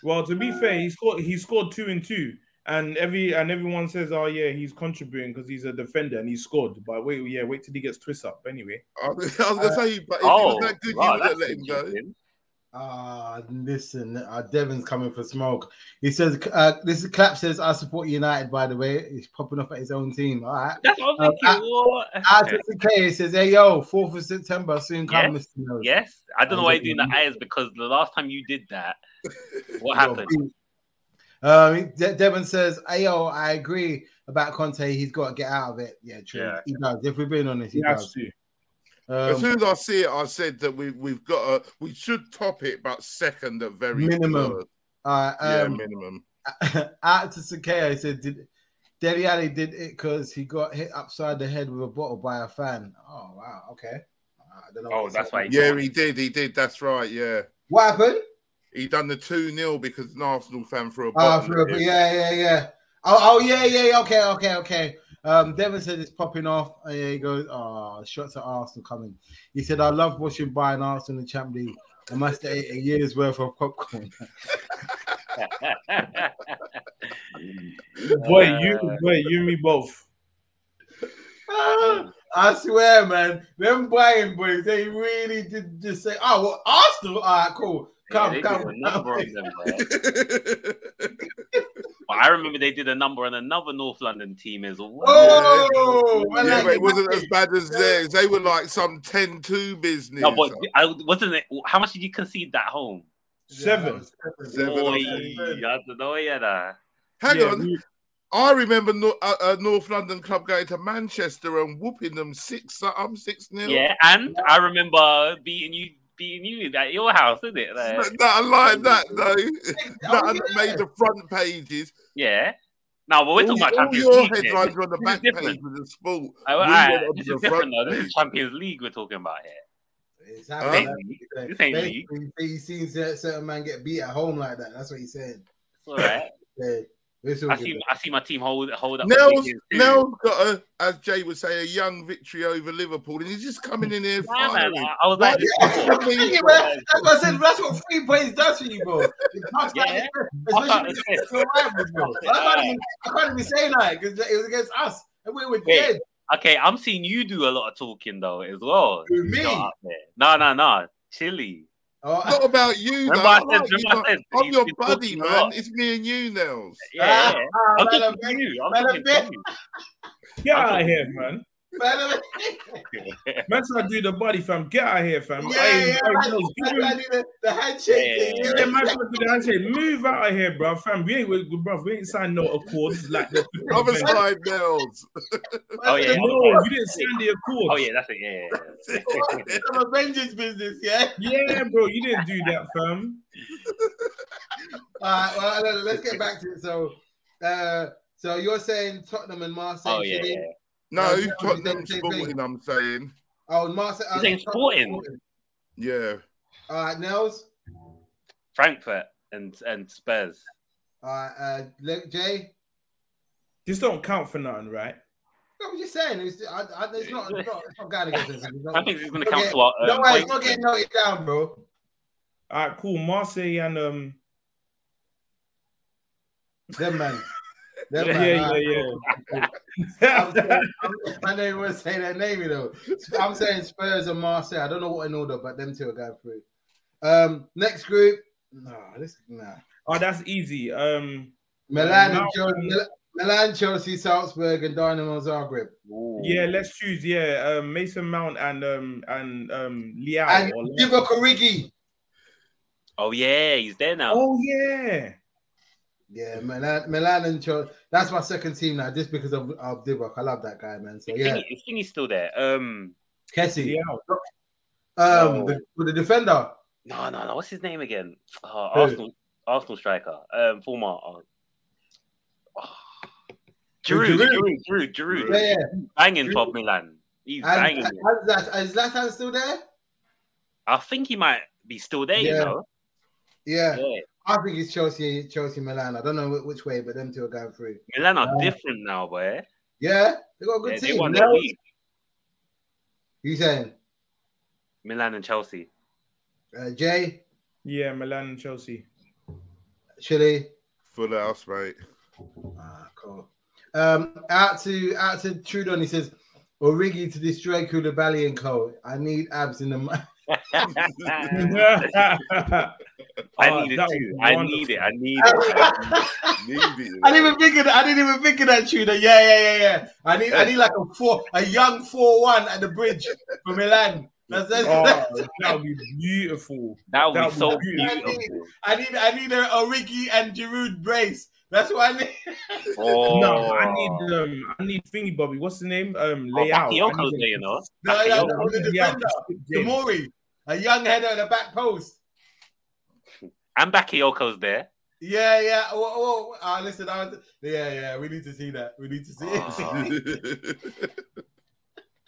G: Well, to be fair, he scored. He scored two and two, and every and everyone says, "Oh yeah, he's contributing because he's a defender and he scored." But wait, yeah, wait till he gets twist up. Anyway,
H: I was I was gonna say, but if he
I: Oh,
H: was that good,
I: wow,
H: you would have
I: that's
H: let him go.
I: interesting.
B: Ah, listen, uh, Devin's coming for smoke. He says, uh, "This is Clap says I support United." By the way, he's popping off at his own team. All right.
I: That's what I'm
B: Um, I-
I: thinking. What?
B: RTK says, "Hey yo, fourth of September, soon come, Mister Nose."
I: Yes, I don't know why you're doing the eyes because the last time you did that, what
B: Yo,
I: happened?
B: beat. Um, De- Devin says, "Hey yo, I agree about Conte. He's got to get out of it. Yeah, true.
I: Yeah.
B: He does. If we're being honest, he
G: he has
B: does.
G: to.
H: As
B: Um,
H: soon as I see it, I said that we we've got a we should top it, but second at very
B: Minimum.
H: first.
B: uh,
H: Yeah,
B: um,
H: minimum.
B: out to Sakeo said, did Deli Ali did it because he got hit upside the head with a bottle by a fan. Oh wow, okay. I don't know.
I: Oh, that's why.
H: Yeah, he did. He did. That's right. Yeah,
B: What happened?
H: he done the two 0 because an Arsenal fan threw a
B: Oh,
H: bottle.
B: for-
H: at him.
B: yeah, yeah, yeah. Oh, oh, yeah, yeah. Okay, okay, okay. Um, Devin said it's popping off. Oh, yeah, he goes, oh, shots at Arsenal coming. He said, I love watching Bayern Arsenal in the Champions League. I must have ate a year's worth of popcorn.
G: Boy, you, boy, you and me both.
I: Uh,
B: Ah, I swear, man. Them Bayern boys, they really did just say, oh, well, Arsenal? All right, cool. Come,
I: they
B: come.
I: did a number on them, bro. But I remember they did a number on another North London team as well.
B: Oh, I
H: Yeah,
B: like
H: but
B: it.
H: it wasn't as bad as theirs. They were like some 10-2 business.
I: No, but I wasn't it. How much did you concede that home?
G: Seven.
H: Seven or
I: Oi,
H: seven.
I: I don't know, yeah, nah.
H: Hang
G: Yeah,
H: on,
G: we-
H: I remember North, uh, uh, North London club going to Manchester and whooping them six up, six nil.
I: yeah. And I remember beating you, beating you at your house, isn't it? Like,
H: That, that- I like that though. That
B: Oh, yeah.
H: made the front pages.
I: yeah. No, but we're
H: all
I: talking about
H: all
I: Champions
H: your
I: League. here.
H: headlines were on the
I: This is
H: back page
I: different.
H: of the sport.
I: I-
H: We
I: I-
H: went on
I: this
H: to the
I: is different,
H: front
I: though. This is Champions League we're talking about here.
B: Exactly.
H: Huh?
I: This ain't me.
B: He seen cer- certain man get beat at home like that. That's what he said.
I: It's all right.
B: He said, "It's all
I: I
B: good."
I: see. I see my team hold hold up.
H: Nell's,
I: Nels,
H: Nell's got a, as Jay would say, a young victory over Liverpool, and he's just coming in here
I: Nah, man,
H: firing.
I: I, I was like, this before.
H: I mean,
B: Yeah, man, that's what I said. That's what three points does for you, bro. It knocks
I: Yeah.
B: out your-
I: I thought
B: especially
I: it
B: if you're rivals, bro. I can't, even, I can't even say that because it was against us and we were
I: Wait.
B: dead.
I: okay, I'm seeing you do a lot of talking though as well.
B: Who, me?
I: You're up there. No, no, no. Chili.
B: Oh,
H: not about you.
I: Remember
H: though.
I: I
H: I
I: said-
H: like you,
I: remember I said that
H: but I'm
I: he's
H: your
I: been
H: buddy,
I: talking a
H: man.
I: lot.
H: It's me and you, Nels.
I: Yeah. yeah.
B: ah,
I: I'm
B: man,
I: thinking you. I'm
B: man,
I: thinking you.
G: get out of here, man.
B: man, man,
G: That's how I do the body, fam. Get out of here, fam.
B: Yeah,
G: Hey,
B: yeah,
G: hey,
B: right.
G: yo,
B: that's
G: give him-
B: why I did the, the handshake
I: Yeah.
B: thing.
I: Yeah,
G: give him my fucking handshake. Move out of here, bro, fam. We ain't, we, bro, we ain't signed no accords like the
H: Other side, Nels.
I: Oh yeah.
G: No, you didn't sign the accords.
I: Oh yeah, that's it. Yeah. yeah,
B: Some Avengers business, yeah.
G: Yeah, bro, you didn't do that, fam.
B: All right, well, let- let's get back to it. So, uh, so you're saying Tottenham and Marseille?
I: Oh, yeah,
B: should be-
I: yeah.
H: No,
B: Yeah,
H: Tottenham
B: same
H: Sporting,
B: thing.
H: I'm saying.
B: Oh, Marseille.
I: You're
B: uh,
I: saying
B: Tottenham
I: Sporting?
H: Yeah.
B: All right, Nels.
I: Frankfurt and and Spurs.
B: All right, uh, Le- Jay.
G: This don't count for nothing, right?
B: No, I'm just saying. It's, I, I, it's not. It's not, it's not going against us. It's
I: I don't
B: not-
I: think this is going to
B: Okay.
I: count to our. Um,
B: Don't worry, it's
I: points.
B: not getting noted down, bro.
G: All right, cool. Marseille and um,
B: Them man. Them
I: Yeah,
B: man.
G: yeah,
B: all right,
G: yeah,
B: cool. I'm
G: yeah.
B: saying, I'm- I don't even want to say their name, you know. I'm saying Spurs and Marseille. I don't know what in order, but them two are going through. Um, next group. Nah, this nah.
G: oh, that's easy. Um,
B: Milan
G: Now-
B: and Jordan. Milan, Chelsea, Salzburg, and Dynamo Zagreb.
G: Yeah, let's choose. Yeah, um, Mason Mount and um and um Liao.
B: And
G: or-
B: give a Origi.
I: Oh yeah, he's there now.
G: oh yeah,
B: Yeah, Milan, Milan and Chelsea. That's my second team now, just because of, of Divock. I love that guy, man. So
I: I,
B: yeah,
I: think, I think he's still there. Um,
B: Kessie,
G: Liao.
B: um, the, with the defender.
I: no, no, no. What's his name again? Uh,
B: Who?
I: Arsenal, Arsenal striker, um, former. Uh, oh. Giroud,
B: Giroud.
I: Giroud, Giroud, Giroud,
B: Yeah, yeah.
I: banging
B: Giroud.
I: for Milan. He's
B: And,
I: banging.
B: and
I: it.
B: Zlatan- is Zlatan still there?
I: I think he might be still there. You
B: Yeah.
I: know,
B: Yeah.
I: yeah.
B: I think it's Chelsea, Chelsea, Milan. I don't know wh- which way, but them two are going through.
I: Milan are different now, boy.
B: Yeah, they got a
I: Yeah,
B: good
I: they
B: team.
I: won
B: No,
I: their league.
B: you saying,
I: Milan and Chelsea.
B: uh, Jay,
G: yeah, Milan and Chelsea.
B: Chile?
H: Full house, mate.
B: Ah, cool. Um, out to out to Trudon. He says, "Origi to destroy Koulibaly and Co. I need abs in the m-
I: I
G: Oh, I
I: need it too. I need it. I need it.
B: I
H: Need it.
B: didn't even think of that. I didn't even think of that, Trudon. Yeah, yeah, yeah, yeah. I need I need like a four, a young four-one at the bridge for Milan. That's, that's,
G: Oh, that would be beautiful.
I: That would
G: That
I: be so
G: would be-
I: beautiful.
B: I need I need a Origi and Giroud brace. That's what I need.
I: Oh,
G: No, I need um, I need thingy Bobby. What's the name? Um,
I: Oh,
G: layout. I
I: Bakayoko's
G: need
I: there, you know.
B: No, no,
I: Bakayoko.
B: no, the defender, Tomori, a young header at the back post.
I: And Bakayoko's there.
B: Yeah, yeah. Oh, oh, oh, uh, listen, I was, yeah, yeah. We need to see that. We need to see
I: Ah.
B: it.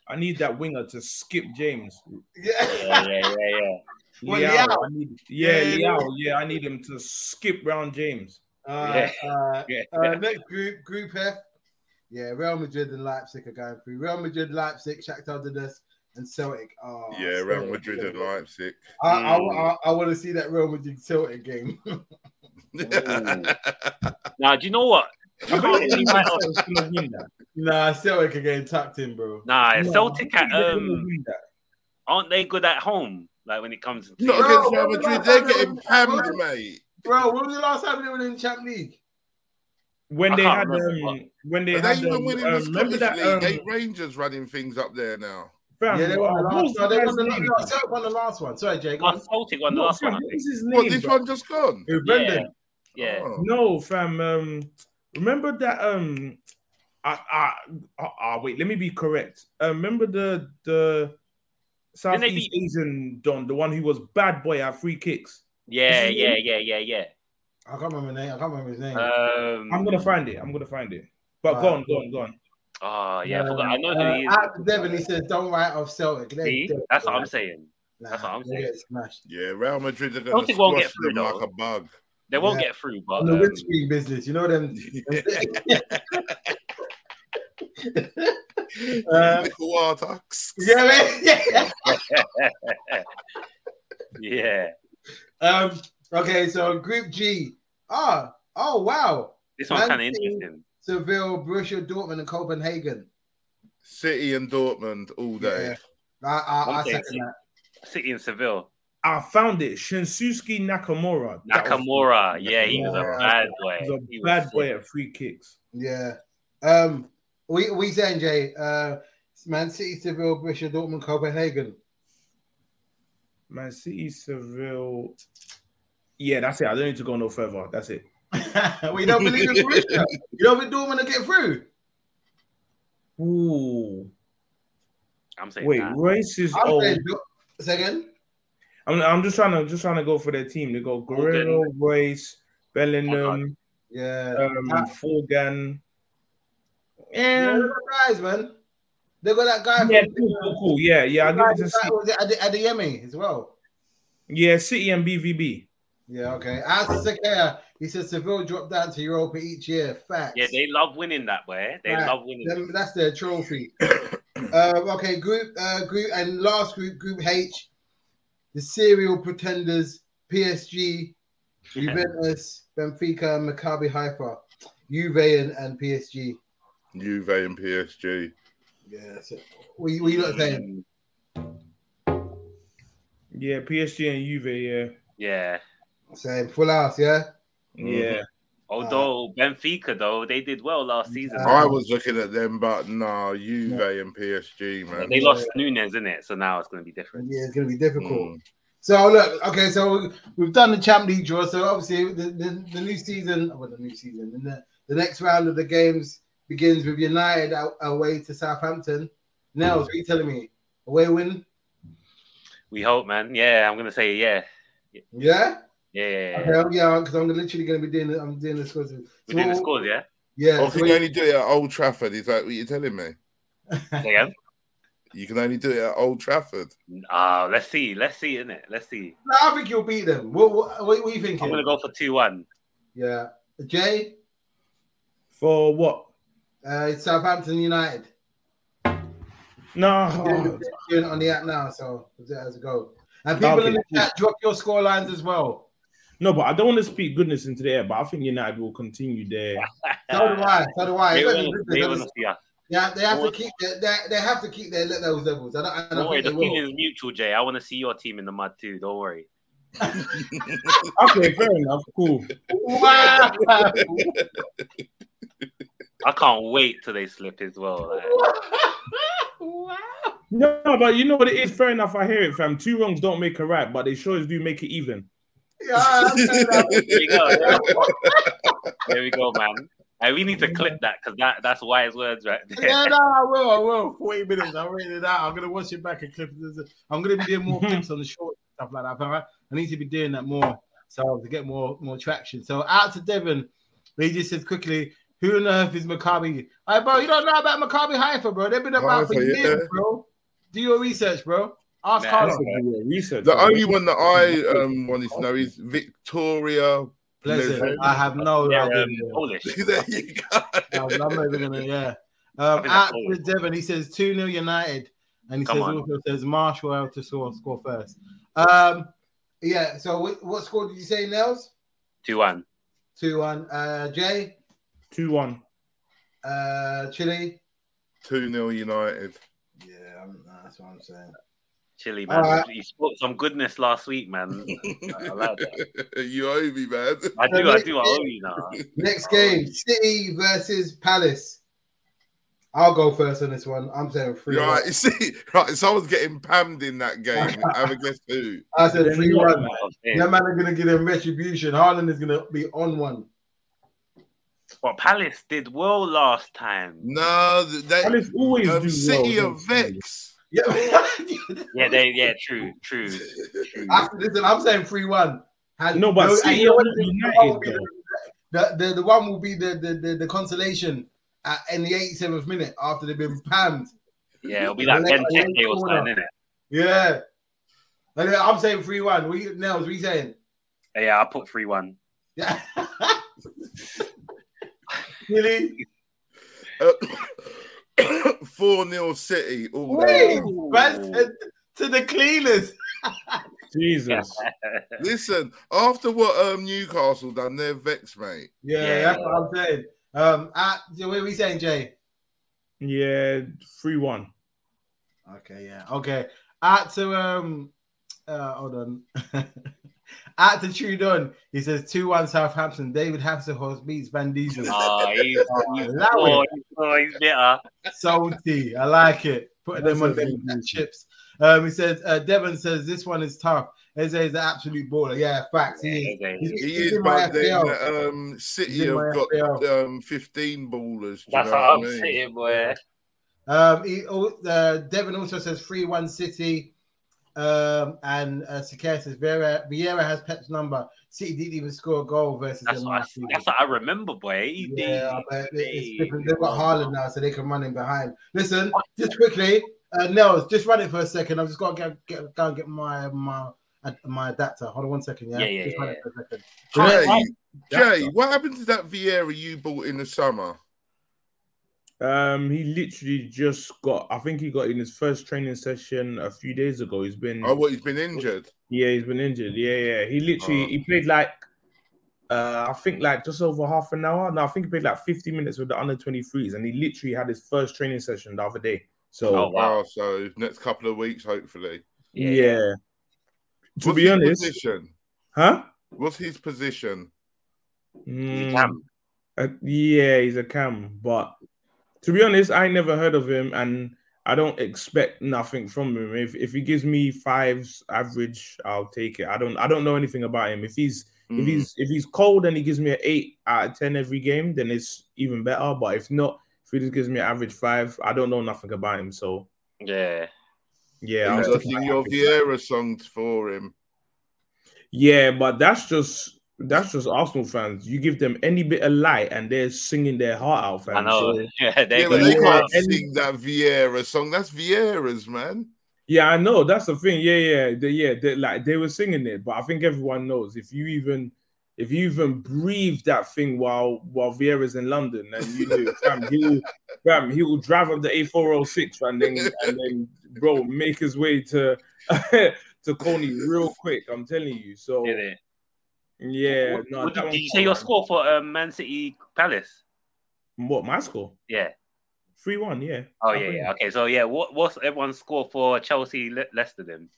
G: I need that winger to skip James.
B: yeah.
I: Yeah, yeah, yeah, yeah.
B: Well,
G: Liao,
B: Liao.
G: I need, yeah,
B: Yeah, yeah,
G: Liao, yeah, I need him to skip round James.
B: Uh, uh,
I: Yeah.
B: uh, next group, Group F. Yeah, Real Madrid and Leipzig are going through. Real Madrid, Leipzig, Shakhtar Donetsk, and Celtic. Oh,
H: yeah, Real Madrid and Leipzig.
B: I, I, I, I want to see that Real Madrid Celtic game.
I: Now, do you know what?
G: I
I: can't
G: think
I: see why not.
G: Celtic's gonna win that.
B: nah, Celtic are getting tucked in, bro.
I: Nah,
G: No,
I: Celtic
G: I
I: at,
G: think they're gonna
I: um,
G: win that.
I: aren't they good at home? Like when it comes to
H: Not against Real Madrid. They're getting pammed, mate.
B: Bro, when was the last time they were in Champions League?
G: when
I: I
G: they
I: can't
G: had
I: remember
G: um, when they
H: Are
G: had
H: they even
G: um,
H: winning
G: um,
H: the
G: remember
H: Scottish
G: that
H: League?
G: um,
H: they Rangers running things up there now.
G: fam,
B: yeah, they won the
G: uh, what was
B: last.
G: the
B: No, they
G: guy's
B: won the,
G: name?
B: no, Celtic won the last one. Sorry, Jake.
I: Oh, Celtic won the
G: No,
I: last
G: fam,
I: one. I
G: what
I: think.
G: was his
H: What,
G: name?
H: this
G: bro?
H: one just gone?
I: Yeah,
B: Brendan.
I: yeah.
H: Oh.
G: No, fam. Um, remember that. Um, I, I, I, I- wait. Let me be correct. Uh, remember the the
I: they
G: Southeast Asian Don, the one who was bad boy at free kicks.
I: Yeah, yeah, yeah, yeah, yeah.
B: I can't remember his name. I can't remember his name.
I: Um,
G: I'm gonna find it. I'm gonna find it. But go on, go on, go on.
I: Oh, yeah, I forgot. I know
B: Uh,
I: who he is.
B: out to Devon, he says, "Don't write off Celtic." They're
I: See?
B: dead,
I: That's what
B: bro.
I: I'm saying.
B: Nah,
I: that's what I'm
B: they
I: saying.
B: get Smashed.
H: Yeah, Real Madrid are going to
I: Celtic won't
H: squash
I: get through,
H: them like
I: though.
H: a bug.
I: They won't
B: Yeah.
I: get through, but
B: On the
I: um,
B: windscreen business, you know them. uh,
H: Little water.
B: yeah, man. yeah.
I: yeah,
B: Um, okay, so Group G. Oh, oh, wow.
I: this one's kind of
B: Man City.
I: interesting.
B: Seville, Borussia Dortmund, and Copenhagen.
H: City and Dortmund all day.
B: I, I, I
I: Okay,
B: second that.
I: City and Seville.
G: I found it. Shinsuke Nakamura. That was-
I: Nakamura, yeah, he was a
B: Nakamura.
I: bad
G: he was
I: boy.
G: a
I: He was
G: bad
I: sick.
G: boy at free kicks.
B: Yeah. Um, we we saying Jay. Uh, Man City, Seville, Borussia Dortmund, Copenhagen.
G: Man City, Seville. Yeah, that's it. I don't need to go no further. That's it.
B: we don't believe in Borussia. You don't think Dortmund will get through?
G: Ooh.
I: I'm saying
G: Wait,
I: that.
G: Royce is
B: I'm
G: old.
B: saying Dor- second.
G: I'm, I'm just trying to just trying to go for their team. They got Guerrero, Royce, Bellingham,
B: Yeah.
G: um,
B: Ah.
G: Forgan.
B: Yeah,
G: Yeah,
B: they're guys, man. They got that guy.
G: yeah,
B: from,
G: cool, cool, cool. Yeah, yeah. I
B: the guy-
G: give it
B: the
G: to
B: guy
G: City.
B: who was at the, at the Yemi as well.
G: Yeah, City and BVB.
B: Yeah, okay. As to Sakea, he says Seville dropped down to Europa each year. Facts.
I: Yeah, they love winning that way. They
B: Right.
I: love winning.
B: Them- that's their trophy. um, okay, group uh, group and last group, group H, the serial pretenders, PSG, Juventus, Benfica, and Maccabi Haifa, Juve and, and PSG.
H: Juve and PSG.
B: Yeah, so what you, what you lot saying?
I: Mm,
G: Yeah, PSG and Juve. Yeah,
I: Yeah. Mm-hmm.
B: Saying full house, yeah.
G: yeah.
I: Although Benfica, though they did well last season.
H: Mm. I was looking at them, but nah, Juve and PSG, man.
I: But they lost Nunes in it, so now it's going to be different.
B: Yeah, it's going to be difficult.
H: Mm.
B: So look, okay, so we've done the Champ League draw. So obviously, the, the, the new season, oh, well, the new season, and the, the next round of the games begins with United out, away to Southampton. Nels, what are you telling me? Away win?
I: We hope, man. Yeah, I'm going to say yeah,
B: Yeah.
I: yeah.
B: Okay, I'm- yeah, because I'm literally going to be doing. the- I'm doing the scores. So
I: We're doing the
B: what-
I: scores, yeah.
B: Yeah.
H: I
B: so
H: can
B: what-
H: only do it at Old Trafford. Is that what you're telling me?
I: Say again?
H: You can only do it at Old Trafford.
I: Ah, let's see, let's see, innit? Let's see.
B: No, I think you'll beat them. What, what, what, what are you thinking?
I: I'm gonna go for two one.
B: Yeah. Jay,
G: For what?
B: uh, it's Southampton United.
G: No,
B: Doing it on the app now, so as a go. And people
G: Okay.
B: in the chat, drop your score lines as well.
G: no, but I don't want to speak goodness into the air. But I think United will continue their
B: So do I. So do I.
I: They
B: It's
I: wanna-
B: only
I: they
B: business.
I: wanna see us.
B: Yeah, they have to
I: What-
B: keep. their- They, they have to keep their those levels. I don't. I
I: Don't
B: don't
I: worry,
B: think
I: the
B: they will.
I: feeling is mutual, Jay. I want to see your team in the mud too. Don't worry.
G: Okay, fair enough. Cool.
B: Wow.
I: I can't wait till they slip as well. like.
G: No, but you know what it is. Fair enough. I hear it, fam. Two wrongs don't make a right, but they sure do make it even.
B: yeah, I'm saying that.
I: There we go. there we go, man. And we need to clip that because that, that's wise words right
B: yeah,
I: there.
B: no, I will. I will. Forty minutes. I'm reading it out. I'm gonna watch it back and clip. it. I'm gonna be doing more clips on the short stuff like that. But I, I need to be doing that more so to get more more traction. So out to Devon. He just says quickly, "Who on earth is Maccabi? Hey, bro, you don't know about Maccabi Haifa, bro. They've been about for
H: Haifa, yeah.
B: years, bro. Do your research, bro. Ask
I: Nah,
B: Carlos.
G: That's a good research.
H: The only one that I um, wanted to know is Victoria.
B: Pleasant.
H: Pleasant.
B: I have no
I: They're,
B: idea.
I: um, Polish.
H: there you go.
B: No, I'm not even gonna, yeah.
I: I
B: Um,
I: think
B: at
I: that's all.
B: Devon, he says 2 0 United, and he
I: Come
B: says
I: on.
B: also says Marshall out to score, score first. Um, yeah, so what, what score did you say, Nels?
I: 2 1.
B: 2 1. Uh, Jay,
G: Two one.
B: uh, Chile.
H: 2 0 United.
B: Yeah, that's what I'm saying.
I: Chile, man.
B: Alright.
I: You spoke some goodness last week, man. I like that.
H: you owe me, man.
I: I do, I do. I owe you now.
B: Next game City versus Palace. I'll go first on this one. I'm saying 3 1.
H: Right, you see, right, someone's getting pammed in that game. Have a guess who?
B: I said 3 1.
I: I was saying.
B: That man are going to get him retribution. Haaland is going to be on one.
I: But Palace did well last time.
H: No, they,
G: Palace always
H: um,
G: do
H: City
G: well,
H: of
G: don't they?
H: Vex.
B: Yeah.
I: Yeah, they, yeah, true, true. true.
B: I, listen, I'm saying three one.
G: No, but City are United,
B: the, the the one will be the the, the, the consolation at, in the 87th minute after they've been pammed.
I: Yeah, it'll be like
B: Like,
I: Ben
B: I
I: Tech
B: don't
I: or
B: know.
I: something, innit?
B: Yeah. Anyway, I'm saying three one. We Nels, we saying
I: Yeah, I put 3 1.
B: yeah. really?
H: 4 0 City. All day.
B: Wait, man said to the cleaners.
G: Jesus.
H: Listen, after what um, Newcastle done, they're vexed, mate.
B: Yeah,
I: Yeah.
B: that's what I'm saying. Um, at, so what are we saying, Jay?
G: Yeah, three one.
B: Okay, yeah, okay. At to um, uh, hold on. At to Trudon, he says two one Southampton. David Hasselhoff beats Van Diesel.
I: Oh, he's, he's,
B: Allow
I: oh,
B: it.
I: he's, oh, he's bitter.
B: Salty, I like it. Putting them on
G: That's
B: them and chips. Um, he says uh, Devon says this one is tough. Eze is an absolute baller. Yeah, facts. He is.
I: Yeah,
B: He's,
H: He
B: he's
H: is,
B: in my
H: but then
B: FPL.
H: um,
B: He's
H: City
B: in my
H: have got
B: FPL.
H: um, 15 ballers. do you
I: That's
H: know
I: how I'm
H: what I mean?
I: sitting, boy.
B: Um, he, al- uh, Devon also says 3 1 City. Um, and uh, Sikere says Vieira, Vieira has Pep's number. City didn't even score a goal versus
I: That's
B: them
I: what, I,
B: last season.
I: that's what I remember, boy. He did.
B: Yeah, but
I: Hey.
B: it's different. They've got Haaland now, so they can run in behind. Listen, just quickly, uh, Nels, just run it for a second. I've just got to get, get, go and get my my ad- my adapter. Hold on one second, yeah.
I: Yeah, yeah,
B: just run
I: yeah,
B: it for a second.
H: Jay,
G: That's
H: Jay, what happened to that Vieira you bought in the summer?
G: Um, he literally just got. I think he got in his first training session a few days ago. He's been.
H: Oh, what, he's been injured?
G: Yeah, he's been injured. Yeah, yeah. He literally
H: Oh.
G: he played like. Uh, I think like just over half an hour. No, I think he played like 50 minutes with the under 23s, and he literally had his first training session the other day. So
I: Oh, wow.
H: Oh, so next couple of weeks, hopefully.
G: yeah. To
H: What's
G: be
H: his
G: honest,
H: position?
G: huh?
H: what's his position?
G: Mm. Uh, yeah, he's a cam. But to be honest, I never heard of him, and I don't expect nothing from him. If if he gives me fives average, I'll take it. I don't I don't know anything about him. If he's if
H: Mm.
G: he's if he's cold and he gives me an eight out of ten every game, then it's even better. But if not, if he just gives me an average five, I don't know nothing about him. So
I: Yeah.
G: yeah,
H: Yeah,
G: I'll
H: I
G: stick with
H: think
G: my
H: Hmm. your
G: average.
H: Vieira songs for him.
G: yeah, but that's just that's just Arsenal fans. You give them any bit of light and they're singing their heart out, fam.
I: I know.
G: So-
I: yeah, they
H: yeah, but
I: go.
H: they
G: go.
H: can't
G: Yeah.
H: sing that Vieira song. That's Vieira's man.
G: Yeah, I know. That's the thing. Yeah, yeah, they, yeah. They, like they were singing it, but I think everyone knows if you even if you even breathe that thing while while Vieira's in London, and you know, fam, he will, fam, he will drive up the A406 and then and then bro make his way to to Coney real quick. I'm telling you. So
I: Yeah, they-
G: yeah,
I: What-
G: no,
I: what did,
G: that
I: did
G: one-
I: you say your score for um, Man City Palace?
G: What my score?
I: Yeah.
G: Three one. Yeah.
I: Oh
G: I
I: yeah,
G: think-
I: yeah. Okay, so yeah, what what's everyone's score for Chelsea Le- Leicester then?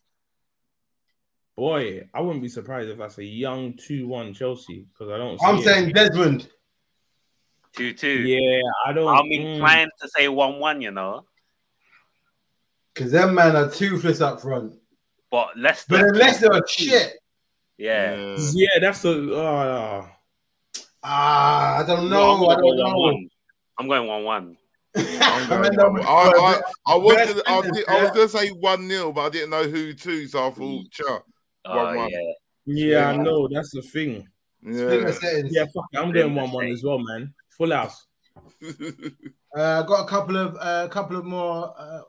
G: Boy, I wouldn't be surprised if that's a young two one Chelsea because I don't.
B: I'm
G: see it.
B: saying Desmond.
I: Two two.
G: Yeah, I don't.
I: I'm
G: mm.
I: inclined to say one one, you know,
B: Because them man are toothless up front.
I: but Leicester.
B: But unless they're shit,
I: yeah.
G: Yeah, that's a. Uh,
B: ah, I don't
I: I'm
B: know. I
I: going
B: don't
I: 1-1.
B: know.
I: I'm going one one.
H: I'm
B: I
H: going
B: mean, that
H: one-
B: was-
H: I, I, I was
B: Best
H: gonna, I,
B: sentence,
H: did- I was
B: yeah.
H: gonna say one 0 but I didn't know who to, so I thought, cha.
I: Oh
H: 1-1.
I: yeah.
G: yeah, I know. That's the thing.
H: Yeah.
B: settings.
G: Yeah, fuck it, I'm going one one as well, man. Full house.
B: Uh, got a couple of uh, couple of more uh,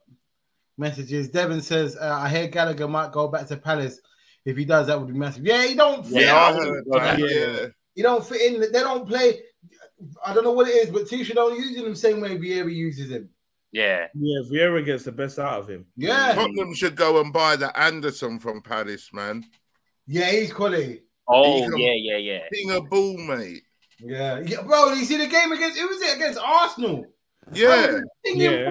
B: messages. Devin says, uh, "I hear Gallagher might go back to Palace. If he does, that would be massive." Yeah, he don't fit.
H: yeah, I heard
I: Yeah.
H: that. Yeah,
B: He don't fit in. They don't play. I don't know what it is, but Tisha don't use him the same way Vieira uses him.
I: Yeah.
G: Yeah, Vieira gets the best out of him.
B: Yeah,
H: Tottenham should go and buy the Anderson from Palace, man.
B: yeah, he's quality.
I: Oh
H: Eagle.
I: yeah, yeah, yeah.
H: Being a bull, mate.
B: Yeah, yeah, bro. You see the game against who was it against Arsenal?
H: Yeah,
G: Yeah.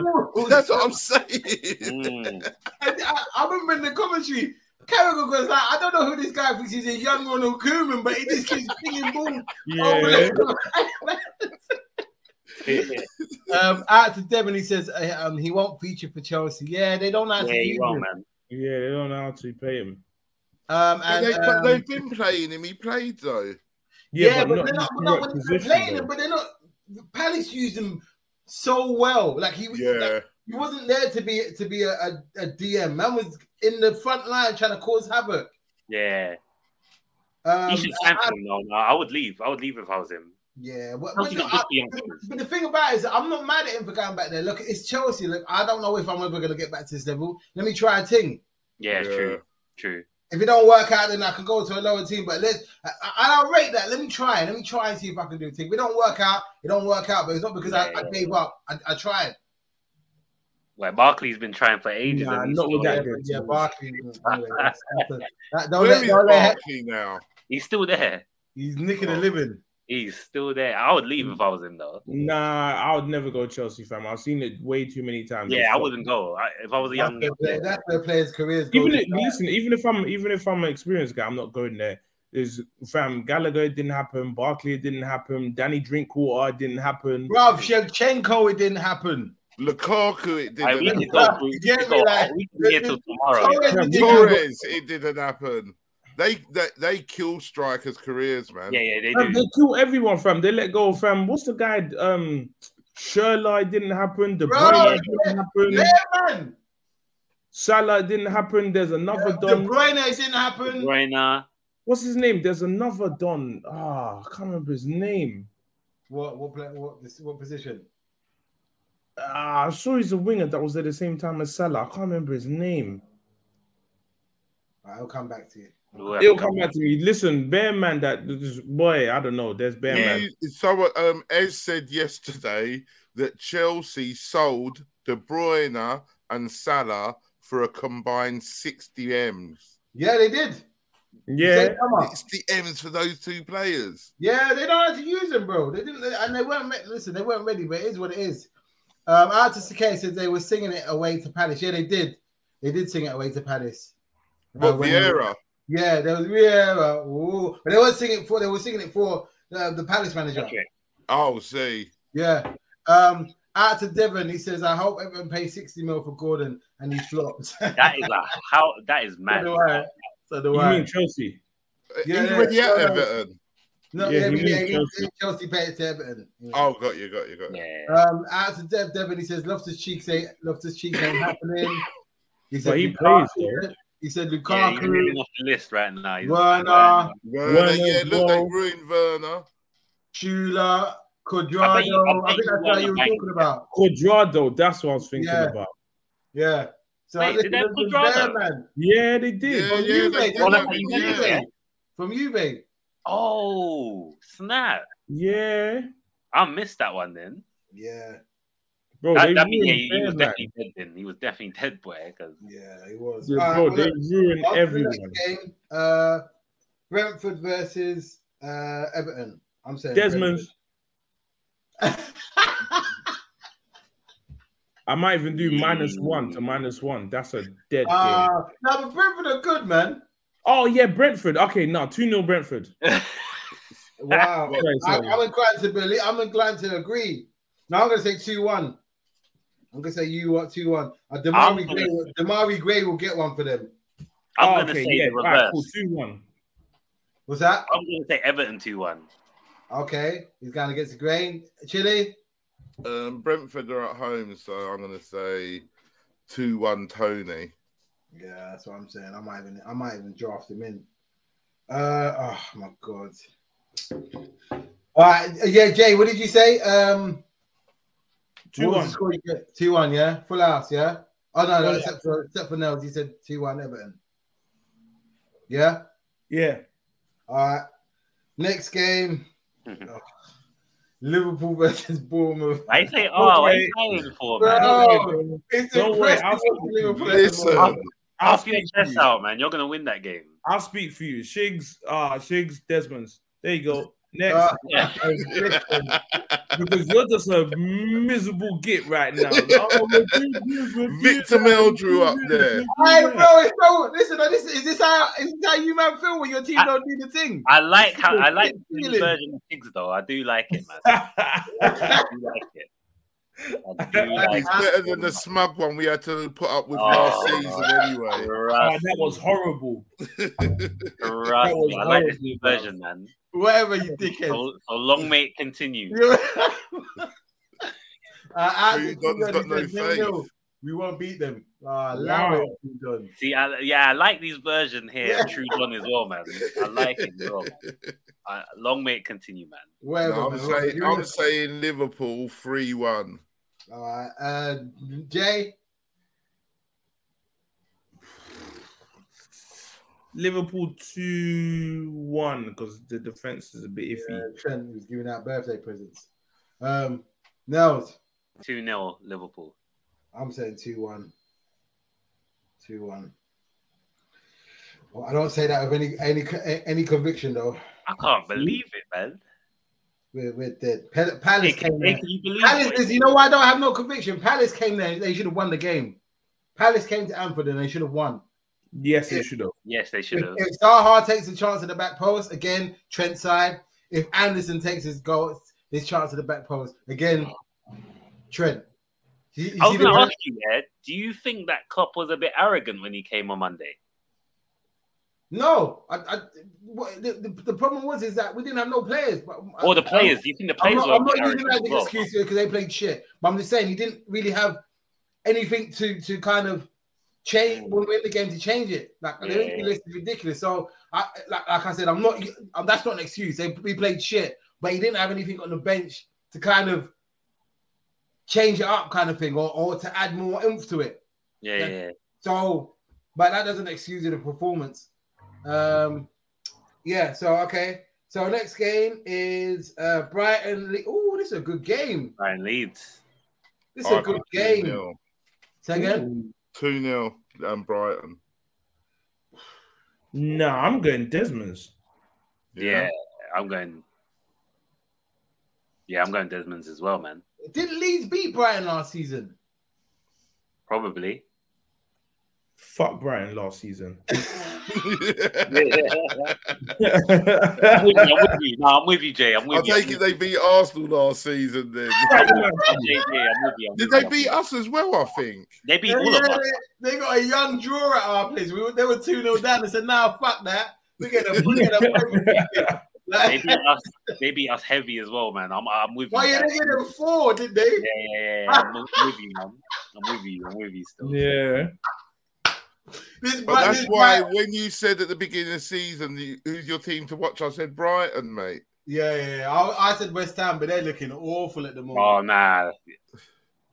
H: that's what I'm saying.
I: Mm.
B: And I, I remember in the commentary, Carragher goes like, I don't know who this guy thinks he's a young Ronald Koeman, but he just keeps pinging balls. over
G: Yeah,
B: the- um, out to Devin, he says uh, um, he won't feature for Chelsea. Yeah, they don't
I: yeah,
B: actually
I: you
B: use
I: are,
B: him.
I: man.
G: yeah, they don't know how to pay him.
B: Um,
H: But
B: and,
H: they, but
B: um,
H: they've been playing him. He played though.
B: yeah, but,
G: not
B: they're
G: in
B: not,
G: the
B: not
G: right
B: when they're
G: position,
B: playing
G: though.
B: him, but they're not. Palace used him so well, like he was. like,
H: Yeah,
B: he wasn't there to be to be a, a, a DM. Man was in the front line trying to cause havoc.
I: Yeah.
B: Um,
I: You should sign for him though. No, I would leave. I would leave if I was him.
B: yeah, what,
I: Chelsea
B: what-
I: got good young
B: But-
I: players.
B: But the thing about it is, I'm not mad at him for going back there. Look, it's Chelsea. Look, I don't know if I'm ever going to get back to this level. Let me try a thing.
I: Yeah,
H: Yeah.
I: true. True.
B: If it don't work out, then I can go to a lower team. But let's, I, I, I'll rate that. Let me try. Let me try and see if I can do a thing. If it don't work out, it don't work out. But it's not because I, I
I: Yeah.
B: gave up. I, I tried.
I: Like Barkley's been trying for ages.
G: Nah,
I: and he's
G: not with
I: still-
G: that good.
B: Yeah, Barkley. Anyway, that's- that's a- that- don't
H: where
B: let,
H: is
B: don't let,
H: Barkley now?
I: He's still there.
B: he's nicking
G: Oh,
B: a living.
I: He's still there. I would leave if I was him though.
G: Nah, I would never go Chelsea, fam. I've seen it way too many times.
I: Yeah, I
G: before.
I: wouldn't go. I, if I was a young
B: That's where- that's where players' careers go.
G: Even if, listen, even if I'm even if I'm an experienced guy, I'm not going there. Is fam Gallagher it didn't happen, Barkley it didn't happen, Danny Drinkwater it didn't happen.
B: Bruv, Shevchenko, it didn't happen.
H: Lukaku, it
I: I, we
H: didn't.
I: could
H: happen.
I: go. We
B: Yeah,
I: could go.
B: like-
I: we could be here till tomorrow.
B: Torres, it didn't happen.
H: Torres, it didn't happen. They they, they kill strikers' careers, man.
I: Yeah, yeah, they do.
G: Fam, they kill everyone, fam. They let go, fam. What's the guy? Um, Sherlock it didn't happen. De
B: Bro,
G: Bruyne it
B: yeah,
G: didn't happen.
B: Yeah, man.
G: Salah it didn't happen. There's another
B: De
G: Don.
B: Bruyne, it didn't happen.
I: Reina.
G: What's his name? There's another Don. Ah, I can't remember his name.
B: What what play, what this, what position?
G: Ah, I'm sure he's a winger that was at the same time as Salah. I can't remember his name.
B: Right, I'll come back to you.
G: It'll come back to me. Listen, Bear Man, that this boy, I don't know. There's Bear Man.
H: You- So um, Ez said yesterday that Chelsea sold De Bruyne and Salah for a combined 60 M's.
B: Yeah, they did.
G: Yeah,
B: They come up.
H: 60 M's for those two players.
B: Yeah, they don't have to use them, bro. They didn't, and they weren't. Re- listen, they weren't ready, but it is what it is. Um, Artist K said they were singing it away to Palace. Yeah, they did. They did sing it away to Palace.
H: But
B: Uh, when-
H: Vieira,
B: Yeah, there was Vieira. Ooh. But they were singing it for. They were singing it for the, the Palace manager.
H: Oh, see.
B: Yeah. Um, out to Devon, he says, I hope everyone pays 60 mil for Gordon and he flops.
I: That is a how. That is
B: so
I: mad.
B: do I. So do
G: You
B: I.
G: mean Chelsea?
B: Yeah,
H: He's
B: yeah,
H: already at
B: yeah.
H: Everton.
B: no,
G: yeah,
B: yeah,
G: you mean
B: yeah, Chelsea.
G: Chelsea.
B: Chelsea paid it to Everton. Yeah.
H: Oh, got you, got you, got you.
I: Yeah.
B: Um, out to Dev Devon, he says Loftus Cheeks ain't Loftus Cheeks ain't happening. He
G: But he
B: Lukaku-
G: plays, yeah.
B: He said
I: Yeah, he's
B: Lukaku.
I: really off the list right now. He's-
G: uh,
B: Werner.
H: Werner,
G: Werner
H: yeah,
G: as well.
H: look, they ruined Werner.
B: Shula,
I: I bet you- I
B: Quadrado. I,
I: bet
B: think
I: you
B: that's what you were
I: Werner
B: talking about.
G: Quadrado, that's what I was thinking
B: Yeah.
G: about.
B: Yeah. So
I: Wait,
B: listen,
I: did they have
B: this is
I: Cuadrado?
B: bad, man.
G: Yeah, they did.
H: Yeah,
B: From
H: yeah,
B: Juve,
H: they-
B: they
H: oh,
B: went
I: that's what
B: from
I: you meant,
B: Juve.
I: yeah.
B: From Juve.
I: Oh snap!
G: Yeah.
I: I missed that one then.
B: Yeah,
G: Bro,
I: that,
G: Oh, they
I: that mean, yeah,
G: ruined
I: he was
G: Bearman.
I: definitely dead then. He was definitely dead, boy. Because
B: yeah, he was.
G: Yeah,
B: All right,
G: bro,
B: Uh, well,
G: they
B: look,
G: ruined
B: on to the
G: everyone.
B: next game, uh, Brentford versus uh, Everton. I'm saying Uh,
G: Desmond,
B: Brentford.
G: I might even do minus one to minus one. That's a dead
B: Uh,
G: game.
B: no, but Brentford are good, man.
G: Oh yeah, Brentford. Okay, no, two 0 Brentford.
B: Wow.
G: Sorry,
B: I,
G: sorry.
B: I'm inclined to believe. I'm inclined to agree. Now I'm going to say two one. I'm going to say you want two one. Uh, Damari,
I: I'm
B: Gray,
I: gonna-
B: will- Damari Gray will get one for them.
I: I'm
G: Oh,
I: gonna
G: okay,
I: say
G: yeah,
I: the
G: all
I: reverse.
G: right, cool, two one.
B: Was that
I: I'm gonna say Everton two one.
B: okay? He's going against the grain. Chile.
H: Um, Brentford are at home, so I'm going to say 2 1 Tony.
B: Yeah, that's what I'm saying. I might even I might even draft him in. Uh oh my god. All right, yeah, Jay, what did you say? Um what
G: Two
B: was
G: one.
B: the score you get? Two one, yeah. Full house, yeah. Oh no, no,
G: Full
B: except for except for Nels, he said two one Everton. Yeah?
G: Yeah.
B: All right. Next game. Oh. Liverpool versus Bournemouth.
I: I say, oh, what are you
G: Okay.
I: crying for,
B: Bro,
I: man?
B: It's
G: Don't worry,
B: impressive
G: I'll-
B: watching Liverpool at the
H: Listen,
B: moment.
G: I'll
I: Off your
G: speak for
I: chest
G: you.
I: out, man. You're gonna win that game.
G: I'll speak for you. Shigs, uh Shigs, Desmond's. There you go. Next,
B: Uh,
I: Yeah.
B: listen.
G: because you're just a miserable git right now. Oh,
H: Victor Meldrew up there.
B: I know it's so. Listen, this is this how is this how you man feel when your team
I: I-
B: don't do the thing?
I: I like how I
B: Good
I: like the
B: feeling.
I: version of pigs though. I do like it, man. I do like it. I do like
H: He's better than the smug one we had to put up with
I: Oh,
H: last
I: my
H: season
I: God.
H: anyway.
G: Oh,
I: Trust
G: that was horrible.
I: Trust me, I like this new version, man.
B: Whatever you dickhead.
I: So, so long may it continue.
B: You- uh, Andy
H: He's got- he's got no
B: Tudor, he said, "No, no,
H: faith."
B: We won't beat them. Ah, allow it,
G: Wow.
B: Tudor.
I: See, I, yeah, I like this version here, of True John as well, man. I like it as well. Man. I, long may it continue, man.
B: Whatever.
H: No, I'm
B: man,
H: saying
B: whatever.
H: I'm saying Liverpool 3 1.
B: All right, uh, Jay.
G: Liverpool two one because the defense is a bit
B: Uh,
G: iffy.
B: Trent was giving out birthday presents. Um, Nels,
I: 2 0 Liverpool.
B: I'm saying two one. Two one. Well, I don't say that with any any any conviction though.
I: I can't believe it, man.
B: We're, we're dead. Pal- Palace
I: Hey, can,
B: came
I: hey,
B: there.
I: can you believe
B: Palace is,
I: it?
B: you know why I don't have no conviction? Palace came there. They should have won the game. Palace came to Anfield and they should have won.
G: Yes, it should have.
I: Yes, they should
B: If,
I: have.
B: if Zaha takes a chance at the back post, again, Trent side. If Anderson takes his goal, his chance at the back post, again, Trent. You- you
I: I was
B: see the-
I: going to ask you, Ed, do you think that Klopp was a bit arrogant when he came on Monday?
B: no, I, I, what, the, the, the problem was is that we didn't have no players. But uh,
I: Or the players? Do you think the
B: I'm
I: players
B: not,
I: were a
B: I'm
I: bit
B: not using
I: arrogant?
B: that
I: as
B: as an
I: well?
B: excuse because they played shit. But I'm just saying he didn't really have anything to to kind of change when we're in the game to change it. Like the
I: Yeah.
B: injury list is ridiculous. So I like, like I said, I'm not. um, That's not an excuse. They we played shit, but he didn't have anything on the bench to kind of change it up, kind of thing, or or to add more oomph to it.
I: Yeah, yeah, yeah.
B: So, but that doesn't excuse the performance. Um, yeah. So okay. So next game is uh, Brighton. Le- oh, this is a good game.
I: Ryan Leeds.
B: This is
I: Oh,
B: a good game. Say again.
H: 2 0 and Brighton.
G: Nah, I'm going Desmond's.
I: Yeah. I'm going. Yeah, I'm going Desmond's as well, man.
B: Did Leeds beat Brighton last season?
I: Probably.
G: Fuck Brighton last season.
I: I'm with you, I'm with you. No, I'm with you, Jay. I'm with
H: I
I: you.
H: take it they beat Arsenal last season. Then
I: I'm with you, Jay, I'm with you. I'm
H: did
I: with
H: they
I: you.
H: beat us as well? I think.
I: They beat
B: Yeah,
I: all of
B: yeah,
I: us.
B: They, they got a young draw at our place. We were, they were 2 0 down. They said, nah, fuck that. We get a we get a
I: They
B: like,
I: beat us. They beat us heavy as well, man. I'm, I'm with you.
B: Why yeah,
I: man.
B: they get them four, did they?
I: Yeah, yeah, yeah, yeah. I'm with- with you, man. I'm with you. I'm with you still.
G: Yeah.
B: This,
H: But
B: man-
H: that's
B: this
H: why
B: man-
H: when you said at the beginning of the season, you- who's your team to watch? I said Brighton, mate.
B: Yeah, yeah, yeah. I, I said West Ham, but they're looking awful at the moment.
I: Oh nah.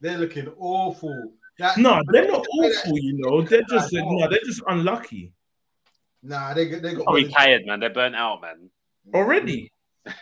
B: They're looking awful. That,
G: No, they're not awful, you know. They're just no, they're just unlucky
B: Nah, they, got- they got.
I: Probably tired, man. They're burnt out, man.
G: already.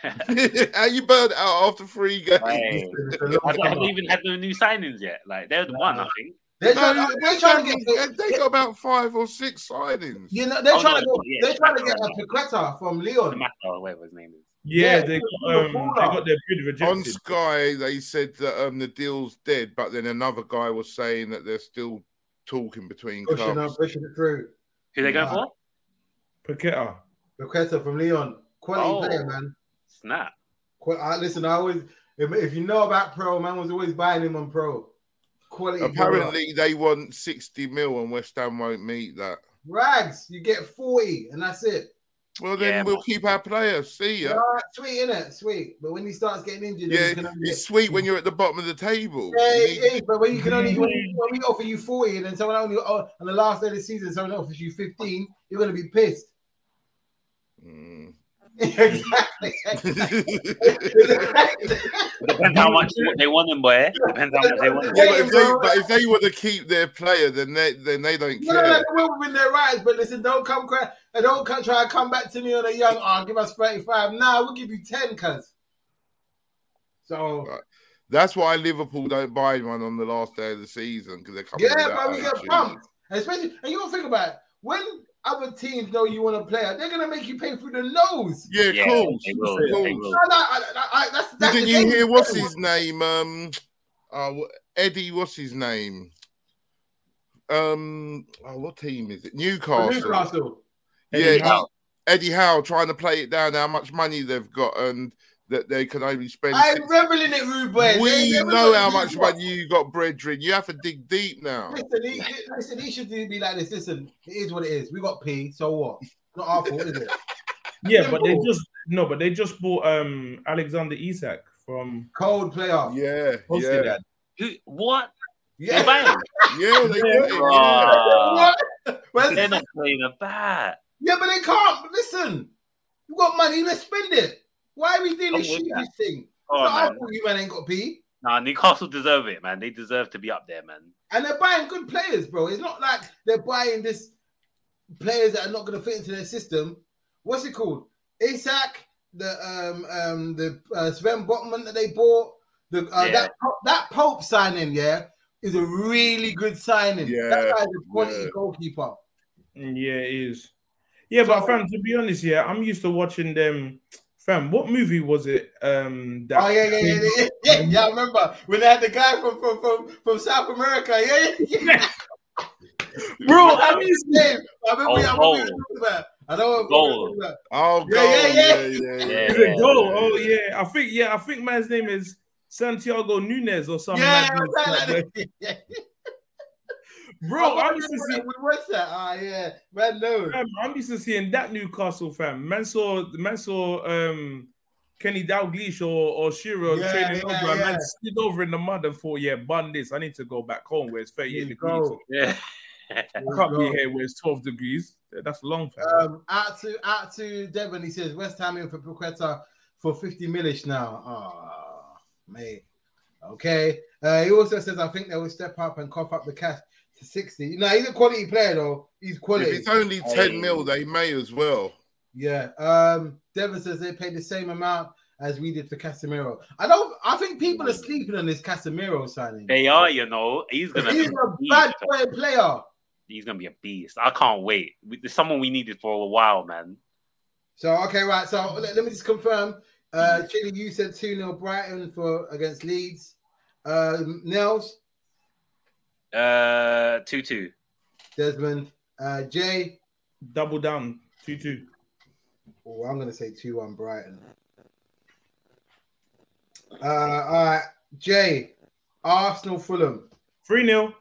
H: How you burned out after three games?
I: Like, have they have they even had no new signings yet? Like they're the one, I think.
B: They're
H: No,
B: trying, they're
H: West
B: trying to
H: Ham,
B: get.
H: they got about five or six signings.
B: You know, they're
I: Oh,
B: trying to
I: no,
B: go.
I: yeah,
B: they're trying to get a
I: Paqueta.
B: Paqueta from
I: The
B: Leon.
I: matter, whatever his name is.
G: Yeah,
B: Yeah,
G: they got
B: they're
G: um, they
B: poor.
G: got their bid
H: On
G: rejected.
H: Sky, they said that um, the deal's dead, but then another guy was saying that they're still talking between
B: Pushing
H: clubs.
B: up, pushing it through.
I: Who they going
B: Nah.
I: for?
G: Paqueta.
B: Paqueta from Leon. Quality
I: Oh.
B: player, man.
I: Snap.
B: Qu- I, listen, I always if, if you know about pro, man was always buying him on pro. Quality player.
H: Apparently, they want 60 mil, and West Ham won't meet that.
B: rags. You get forty, and that's it.
H: Well, then
I: Yeah,
H: we'll keep our players. See ya.
B: Alright, sweet, innit? Sweet. But when he starts getting injured, then
H: Yeah,
B: you can only
H: it's sweet when you're at the bottom of the table.
B: Yeah,
H: You
B: it
H: need-
B: is, but when you can only when, you- when we offer you 40 and then someone only oh, on the last day of the season someone offers you 15, you're gonna be pissed.
H: Mm.
B: exactly.
H: yeah,
I: Depends how much they want him, boy. Depends how much they want him.
H: but, if they, but if they want to keep their player, then they then they don't
B: No, no, no,
H: care.
B: they will win their rights, but listen, don't come cra- and don't come, try to come back to me on a young. Oh, give us thirty-five. Nah, we'll give you ten, cuz. So
H: That's why Liverpool don't buy one on the last day of the season because they're coming.
B: yeah, but we get pumped, And especially. And you gotta think about it. when other teams know you want to play, they're gonna make you pay through the nose.
H: Yeah,
I: Yeah,
H: of course.
I: they will,
H: of
I: they
H: course.
I: will.
B: No, no, I, I, I, that's, that's
H: Didn't
B: the
H: you
B: thing.
H: hear what's his name? Um, uh, Eddie, what's his name? Um, oh, what team is it? Newcastle.
B: Oh, Newcastle.
H: Yeah,
G: Eddie Howe.
H: Eddie Howe trying to play it down how much money they've got and that they can only spend.
B: I'm
H: six-
B: reveling it, Ruben.
H: we
B: They- they
H: know
B: were-
H: how much money you got, brethren. You have to dig deep now.
B: Listen, he, listen, he should be like this. Listen, it is what it is. We got P, so what? Not our fault, is it?
G: Yeah, but they just no, but they just bought um Alexander Isak from
B: Cold player.
H: Yeah,
G: Hosted
H: yeah,
I: Who? What?
B: Yeah.
I: They buy him?
H: yeah. They got it. yeah.
I: Bruh.
B: Where's-
I: They're not playing a bat.
B: yeah, but they can't. Listen, you got money, let's spend it. Why are we doing
I: I'm
B: this
I: with
B: stupid thing?
I: Oh,
B: it's not
I: man.
B: our fault you man ain't got P.
I: Nah, Newcastle deserve it, man. They deserve to be up there, man.
B: And they're buying good players, bro. It's not like they're buying this players that are not going to fit into their system. What's it called? Isak, the um um the uh, Sven Botman that they bought. The uh,
I: Yeah.
B: that that Pope signing, yeah, is a really good signing.
H: Yeah,
B: That guy's a quality
H: yeah.
B: goalkeeper.
G: Mm, Yeah, it is. Yeah, but
B: So-
G: fam, to be honest, yeah, I'm used to watching them. Fam, what movie was it? Um, that
B: Oh yeah, yeah, yeah, yeah, yeah, yeah. I remember when they had the guy from from from, from South America. Yeah, yeah, yeah.
G: bro. I mean,
B: Yeah, I remember.
I: Oh,
B: I remember.
I: goal.
B: what you're talking about. I don't
I: Goal.
B: know.
H: Oh,
B: Yeah, yeah,
H: God.
B: yeah.
H: Yeah, yeah, yeah.
I: Yeah.
G: is it goal? Oh yeah, I think yeah, I think man's name is Santiago Nunez or something.
B: Yeah,
G: like
B: I was
G: that.
B: like, like, yeah.
G: bro.
B: I
G: I'm used to
B: remember
G: see,
B: that. What's that? Ah, yeah, man, no.
G: fam, I'm used to seeing that Newcastle fam. Man saw man saw um Kenny Dalglish or or Shiro
B: Yeah,
G: training
B: yeah,
G: over. and
B: yeah.
G: Man slid over in the mud and thought, yeah, bun this. I need to go back home where it's 38
B: You
G: degrees.
B: go.
I: Yeah.
G: I can't be here where it's 12 degrees. That's long. Fam.
B: Um, out to out to Devon. He says West Ham in for Paqueta for fifty millish now. Ah, mate. Okay. Uh, he also says I think they will step up and cough up the cash to sixty. No, he's a quality player though. He's
H: If
B: quality.
H: it's only 10
I: Hey.
H: mil, they may as well.
B: Yeah. Um, Devon says they paid the same amount as we did for Casemiro. I don't. I think people are sleeping on this Casemiro signing.
I: Mm. They are, you know. He's gonna
B: He's
I: be
B: a
I: beast,
B: bad
I: man.
B: boy player.
I: He's gonna be a beast. I can't wait. We- There's someone we needed for a while, man.
B: So okay, right. So let, let me just confirm. Uh Chile, you said 2 0 Brighton for against Leeds. Um Nels,
I: Uh, two two.
B: Desmond, uh Jay,
G: Double down, two two.
B: Oh, I'm gonna say two one Brighton. Uh, all right, Jay, Arsenal, Fulham.
G: Three 0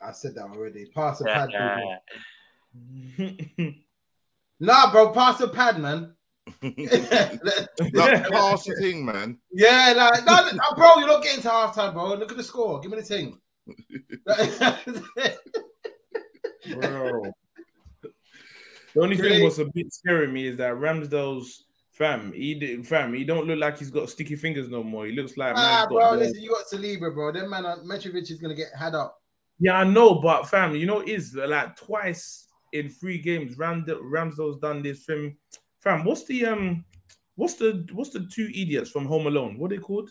B: I said that already. Pass the pad.
I: Uh,
B: bro. nah, bro, pass the pad, man.
H: Like, pass the thing, man.
B: Yeah, like, no, no, bro, you're not getting to half time, bro. Look at the score. Give me the thing.
G: Bro. The only
B: Really?
G: thing what's a bit scaring me is that Ramsdale's fam, he did, fam, he don't look like he's got sticky fingers no more. He looks like
B: ah,
G: man's got
B: bro,
G: the-
B: listen, you got Saliba, bro. Then man, uh, Mitrovic is gonna get had up.
G: Yeah, I know, but fam, you know it is like twice in three games. Ram Ramsdale's done this from fam. What's the um, what's the what's the two idiots from Home Alone? What are they called?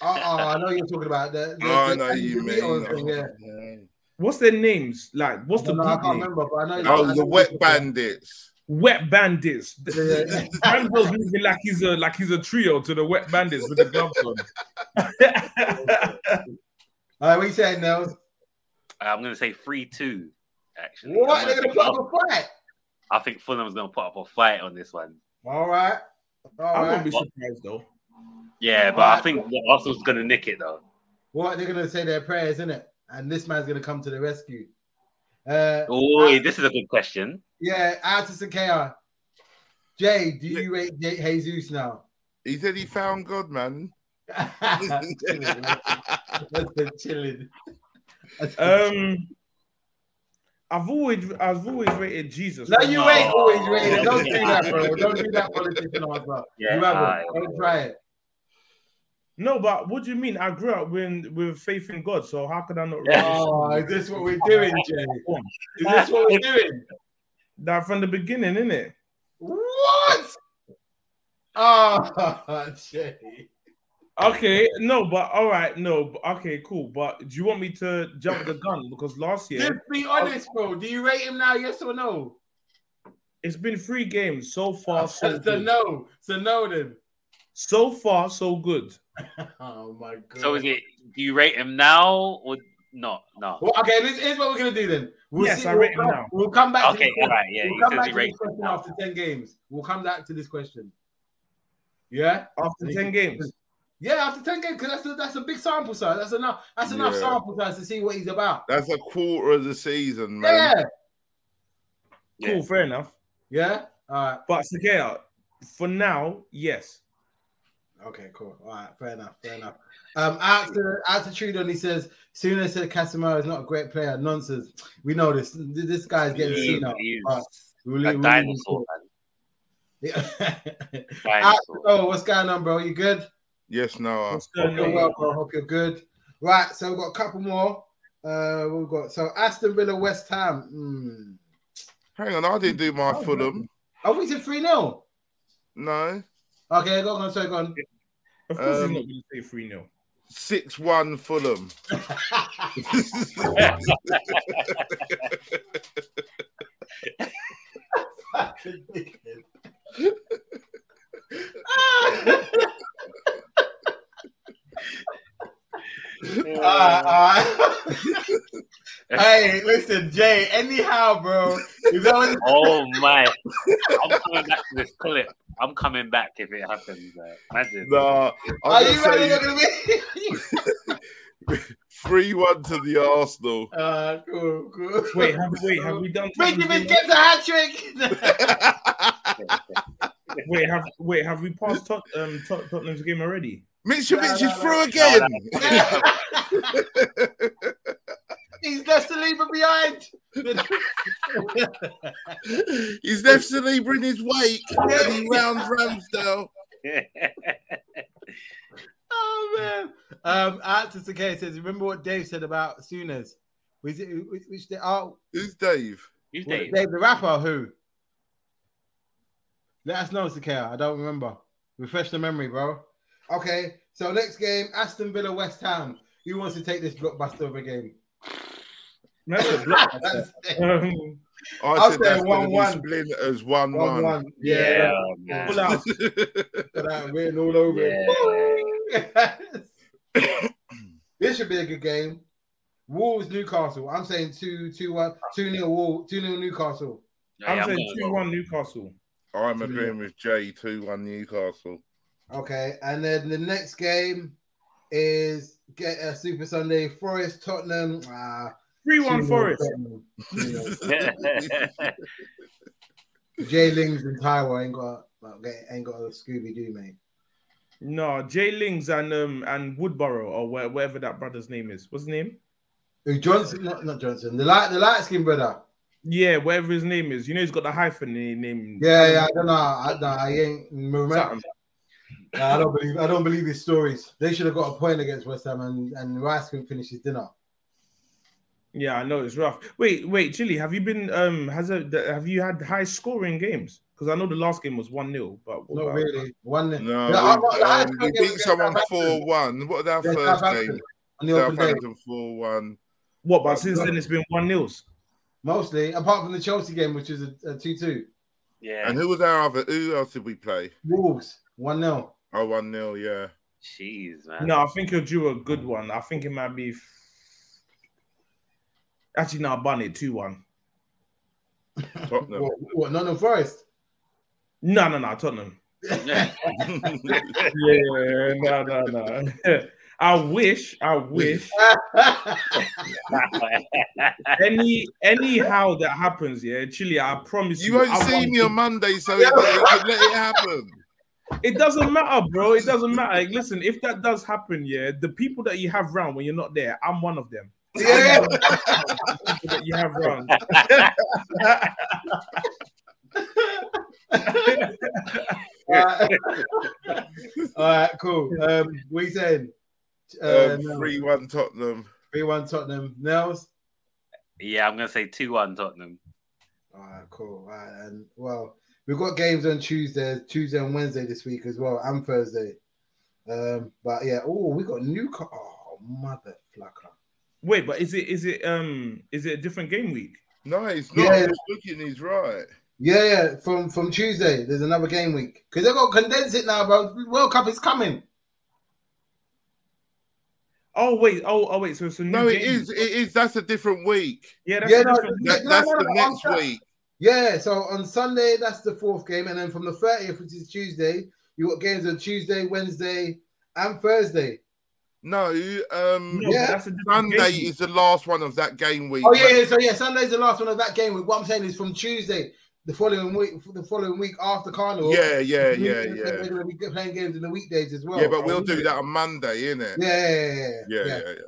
B: Oh, oh, I know you're talking about the. the
H: Oh, I
B: the-
H: know
B: the
H: you mean.
B: Beatles thing, yeah.
G: What's their names? Like, what's
B: No,
G: the
B: no, I
G: group
B: can't
G: name?
B: remember, but I know. I
H: Oh,
B: know
H: the
B: what
H: wet
B: you're talking
H: bandits.
G: Wet Bandits.
B: Yeah, yeah.
G: Ramsdale's moving like he's a like he's a trio to the Wet Bandits with the gloves on.
B: All right, what you saying, Nels?
I: I'm going to say 3 2, actually.
B: What?
I: I'm
B: They're gonna
I: gonna say-
B: put up a fight.
I: I think Fulham's going to put up a fight on this one.
B: All right. All
G: I
B: right.
G: wouldn't be surprised though.
I: Yeah, but I think the Arsenal's going to nick it, though.
B: What they're gonna say their prayers, isn't it? And this man's gonna come to the rescue. Uh,
I: Oh, this is a good question.
B: yeah, out to Sakea. Jay, do you rate J- Jesus now?
H: He said he found God, man.
B: chilling, That's chilling. Uh,
G: Um, I've always I've always rated Jesus.
B: No, you ain't always
I: Oh.
B: rated. Don't do that, bro. Don't do that politician answer.
I: Yeah,
B: you
I: aye.
B: haven't. Don't try it.
G: No, but what do you mean? I grew up with with faith in God, so how could I not?
I: Yeah.
G: raise-
B: Oh, is this what we're doing, Jay? Is this what we're doing?
G: That from the beginning, isn't it?
B: What? Oh, Jay.
G: Okay, no, but all right, no, but, okay, cool. But do you want me to jump the gun because last
B: Just
G: year
B: be honest, bro. Do you rate him now? Yes or no?
G: it's been three games so far, so
B: That's a
G: good.
B: no. It's a no then.
G: so far so good.
B: Oh my god.
I: So is it, do you rate him now or not? No.
B: Well, okay, this is what we're gonna do then. We'll
G: Yes, I
B: we'll
G: rate him
B: come-
G: now.
B: We'll come back. to
I: Okay,
B: this
I: all
B: question.
I: right, yeah.
B: We'll
I: He
B: come
I: says
B: back
I: he
B: to this
I: rates him
B: question
I: now.
B: after ten games. We'll come back to this question. Yeah,
G: After ten games,
B: yeah, after ten games, because that's a, that's a big sample size. That's enough. That's enough
H: Yeah.
B: sample size to see what he's about.
H: That's a quarter of the season, man.
B: Yeah,
I: Yeah.
G: cool, fair enough.
B: yeah. All right.
G: But Sakea, for now, yes.
B: Okay, cool. All right, fair enough, fair enough. Um, out to, out to Trudon, he says, Sooner said Casemiro is not a great player. Nonsense. We know this. This guy's getting
I: He-
B: seen up.
I: he's
B: All right, we'll
I: a
B: leave- we'll leave him
I: dinosaur,
B: alone.
I: man.
B: Yeah. Out-
I: Dinosaur.
B: oh, what's going on, bro? You good?
H: Yes, Noah.
G: What's going
B: You're
G: on?
B: well, bro. Hope you're good. Right, so we've got a couple more. Uh, we've got so Aston Villa, West Ham. Hmm.
H: Hang on, I didn't do my Fulham.
B: Oh, we said 3 0.
H: No.
B: Okay, go on, sorry, go on.
G: Of course,
H: Um,
G: he's not going to say three 0
H: Six one Fulham.
B: Uh, uh. hey, listen, Jay, anyhow, bro. Is that what
I: Oh my! I'm coming back to this clip. I'm coming back if it happens. man. Imagine.
H: Nah,
B: are
H: I'm
B: you
H: gonna
B: ready?
H: say
B: You're gonna be
H: three one to the Arsenal.
B: uh, cool, cool.
G: Wait, have, wait, have we done?
B: Benjamin gets a hat trick.
G: Wait, have wait, have we passed Tot- um, Tot- Tottenham's game already?
H: Mitrovic
B: No,
H: is
B: no,
H: through again.
B: He's left the leader behind.
H: He's left Saliba in his wake, and he rounds Ramsdale.
B: Oh man. Um, out to Sakay says, remember what Dave said about Sooners? Was it which, which they are?
H: Who's Dave?
I: Who's
B: Was
I: Dave?
B: it Dave the rapper or who? Let us know, Sakaya. I don't remember. Refresh the memory, bro. Okay, so next game, Aston Villa West Ham. Who wants to take this blockbuster of a game?
G: That's a block.
B: That's it.
G: um,
H: I
B: I'll
H: said
B: say
H: that's one, one.
B: 1-1.
H: split as one one.
B: One one.
I: Yeah,
B: Yeah,
I: man.
G: pull out.
B: yeah. that written all over it. this should be a good game. Wolves Newcastle. I'm saying two two one two nil Wolves two nil Newcastle.
G: I'm
I: Yeah, I'm
G: saying
I: going
G: two one Newcastle.
H: I'm agreeing with Jay two one Newcastle.
B: Okay, and then the next game is get a Super Sunday Forest Tottenham. Ah,
G: Three one Forest.
B: Jay Lings and Taiwo ain't got like, they ain't got a Scooby Doo mate.
G: No, Jay Lings and um and Woodborough or where, whatever that brother's name is. What's his name?
B: Who Johnson? Not, not Johnson. The light the light skin brother.
G: Yeah, whatever his name is. You know he's got the hyphen in his name.
B: Yeah, yeah. I don't know. I, nah, I ain't. remember.
G: Something.
B: Nah, I don't believe. I don't believe his stories. They should have got a point against West Ham, and and Rice can finish his dinner.
G: Yeah, I know it's rough. Wait, wait, Chili, have you been um has a th- have you had high scoring games? Because I know the last game was one 0 but what
B: Not
G: about-
B: really. One.
H: No,
B: Yeah, I'm
H: we,
B: not- I
H: um, we
B: think it was
H: beat someone
B: Southampton.
H: four one. What was our
B: Yeah,
H: first
B: Southampton
H: game?
B: on the open day,
H: Southampton four one.
G: What? But since then it's been one 0
B: mostly apart from the Chelsea game, which is a two-two.
I: Yeah.
H: And who was our other? Who else did we play?
B: Wolves one 0
H: Oh, one 0 Yeah.
I: Jeez, man.
G: No, I think he'll do a good one. I think it might be. f- Actually, no, bun it two one.
H: Tottenham.
B: What, what Nottingham Forest?
G: No, no, no, Tottenham. Yeah, no, no, no. I wish, I wish. Any, anyhow that happens, yeah, Chile. I promise you.
H: you won't
G: I
H: see
G: want
H: me on Monday, so it, it, let it happen.
G: It doesn't matter, bro. It doesn't matter. Like, listen, if that does happen, yeah, the people that you have round when you're not there, I'm one of them.
B: yeah.
H: um,
G: People that you have round.
B: All right, cool. Um, what you saying? Uh,
H: Um,
B: Nels,
H: Three one Tottenham.
B: 3-1 Tottenham. Nails.
I: Yeah, I'm gonna say two one Tottenham.
B: All right, cool. All right, and well, we've got games on Tuesday, Tuesday and Wednesday this week as well, and Thursday. Um, but yeah, oh, we got Newcastle. Oh, mother flucker.
G: Wait, but is it is it um is it a different game week?
H: No, he's not.
B: Yeah.
H: He's looking. He's right.
B: Yeah, yeah, from from Tuesday, there's another game week because they've got to condense it now, bro. World Cup is coming.
G: Oh wait, oh oh wait, so it's a new
H: No, it
G: game.
H: is. It is. That's a different week.
G: Yeah, that's
B: Yeah,
G: a
B: no,
G: different.
B: yeah.
H: That, that's
B: no, no,
H: the
B: no, I'm
H: next
B: sorry.
H: week.
B: Yeah, so on Sunday that's the fourth game, and then from the thirtieth, which is Tuesday, you got games on Tuesday, Wednesday, and Thursday.
H: No, um,
G: No,
B: Yeah.
G: that's a different
H: Sunday
G: game.
H: is the last one of that game week.
B: Oh yeah, yeah, so yeah, Sunday's the last one of that game. week. What I'm saying is from Tuesday, the following week, the following week after Carnival.
H: yeah, yeah, yeah,
B: they're
H: yeah.
B: gonna be playing games in the weekdays as well.
H: Yeah, but we'll do that on Monday, innit?
B: Yeah, yeah, yeah,
H: Yeah, yeah, yeah.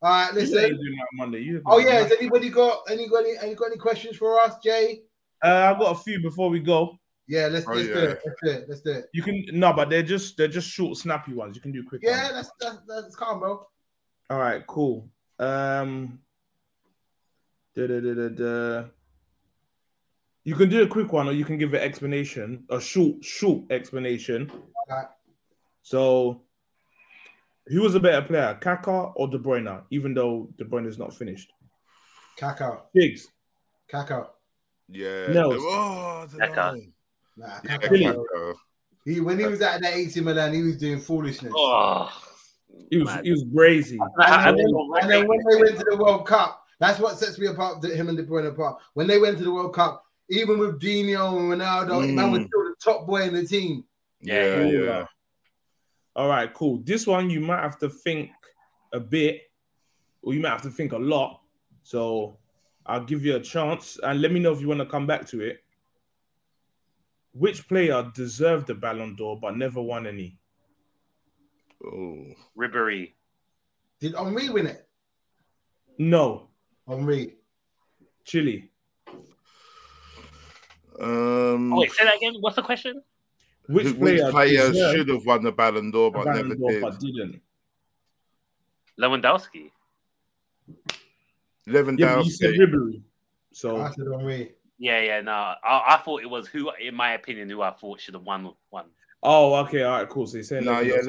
B: All right,
G: You
B: listen.
G: ain't doing that Monday. You
B: Oh yeah, has anybody got any got any, any got any questions for us, Jay?
G: uh, I've got a few before we go.
B: Yeah, let's,
H: Oh,
B: let's do
H: yeah.
B: it. Let's do it. Let's do it.
G: You can no, but they're just they're just short, snappy ones. You can do quick. ones.
B: Yeah, that's that's that's calm, bro.
G: All right, cool. Um, da, da, da, da, da. You can do a quick one, or you can give an explanation, a short, short explanation.
B: Alright.
G: So, who was a better player, Kaka or De Bruyne? Even though De Bruyne is not finished,
B: Kaka,
G: Diggs.
B: Kaka.
H: yeah.
G: Nels.
H: Oh, I
I: Becca.
H: don't know.
B: Nah,
H: Yeah,
B: Kaka.
G: Really?
H: Becca.
B: He, when he was at that AC Milan, he was doing foolishness.
I: Oh,
G: He was
I: mad.
G: he was brazy.
I: I- I
B: and, then,
I: don't
B: and then when
I: know.
B: they went to the World Cup, that's what sets me apart, the- him and De Bruyne apart. When they went to the World Cup, even with Dino and Ronaldo,
H: Mm.
B: man was still the top boy in the team.
H: Yeah,
G: Yeah.
H: yeah.
G: All right, cool. This one you might have to think a bit, or you might have to think a lot. So I'll give you a chance and let me know if you want to come back to it. Which player deserved the Ballon d'Or but never won any?
H: Oh.
I: Ribery.
B: Did Henri win it?
G: No,
B: Henri.
G: Chile.
H: Um,
I: Oh, wait, say that again. What's the question?
G: Which
H: who-
G: player, deserved
H: should have won the Ballon d'Or
G: the
H: but
G: Ballon
H: never
G: d'Or
H: did?
G: but didn't?
I: Lewandowski.
G: Yeah, but you said
H: Lewandowski.
G: Ribery. So
B: I said Henri.
I: Yeah, yeah, no. I, I thought it was who, in my opinion, who I thought should have won one.
G: oh, okay, all right, cool. So you said
H: No, yeah, um,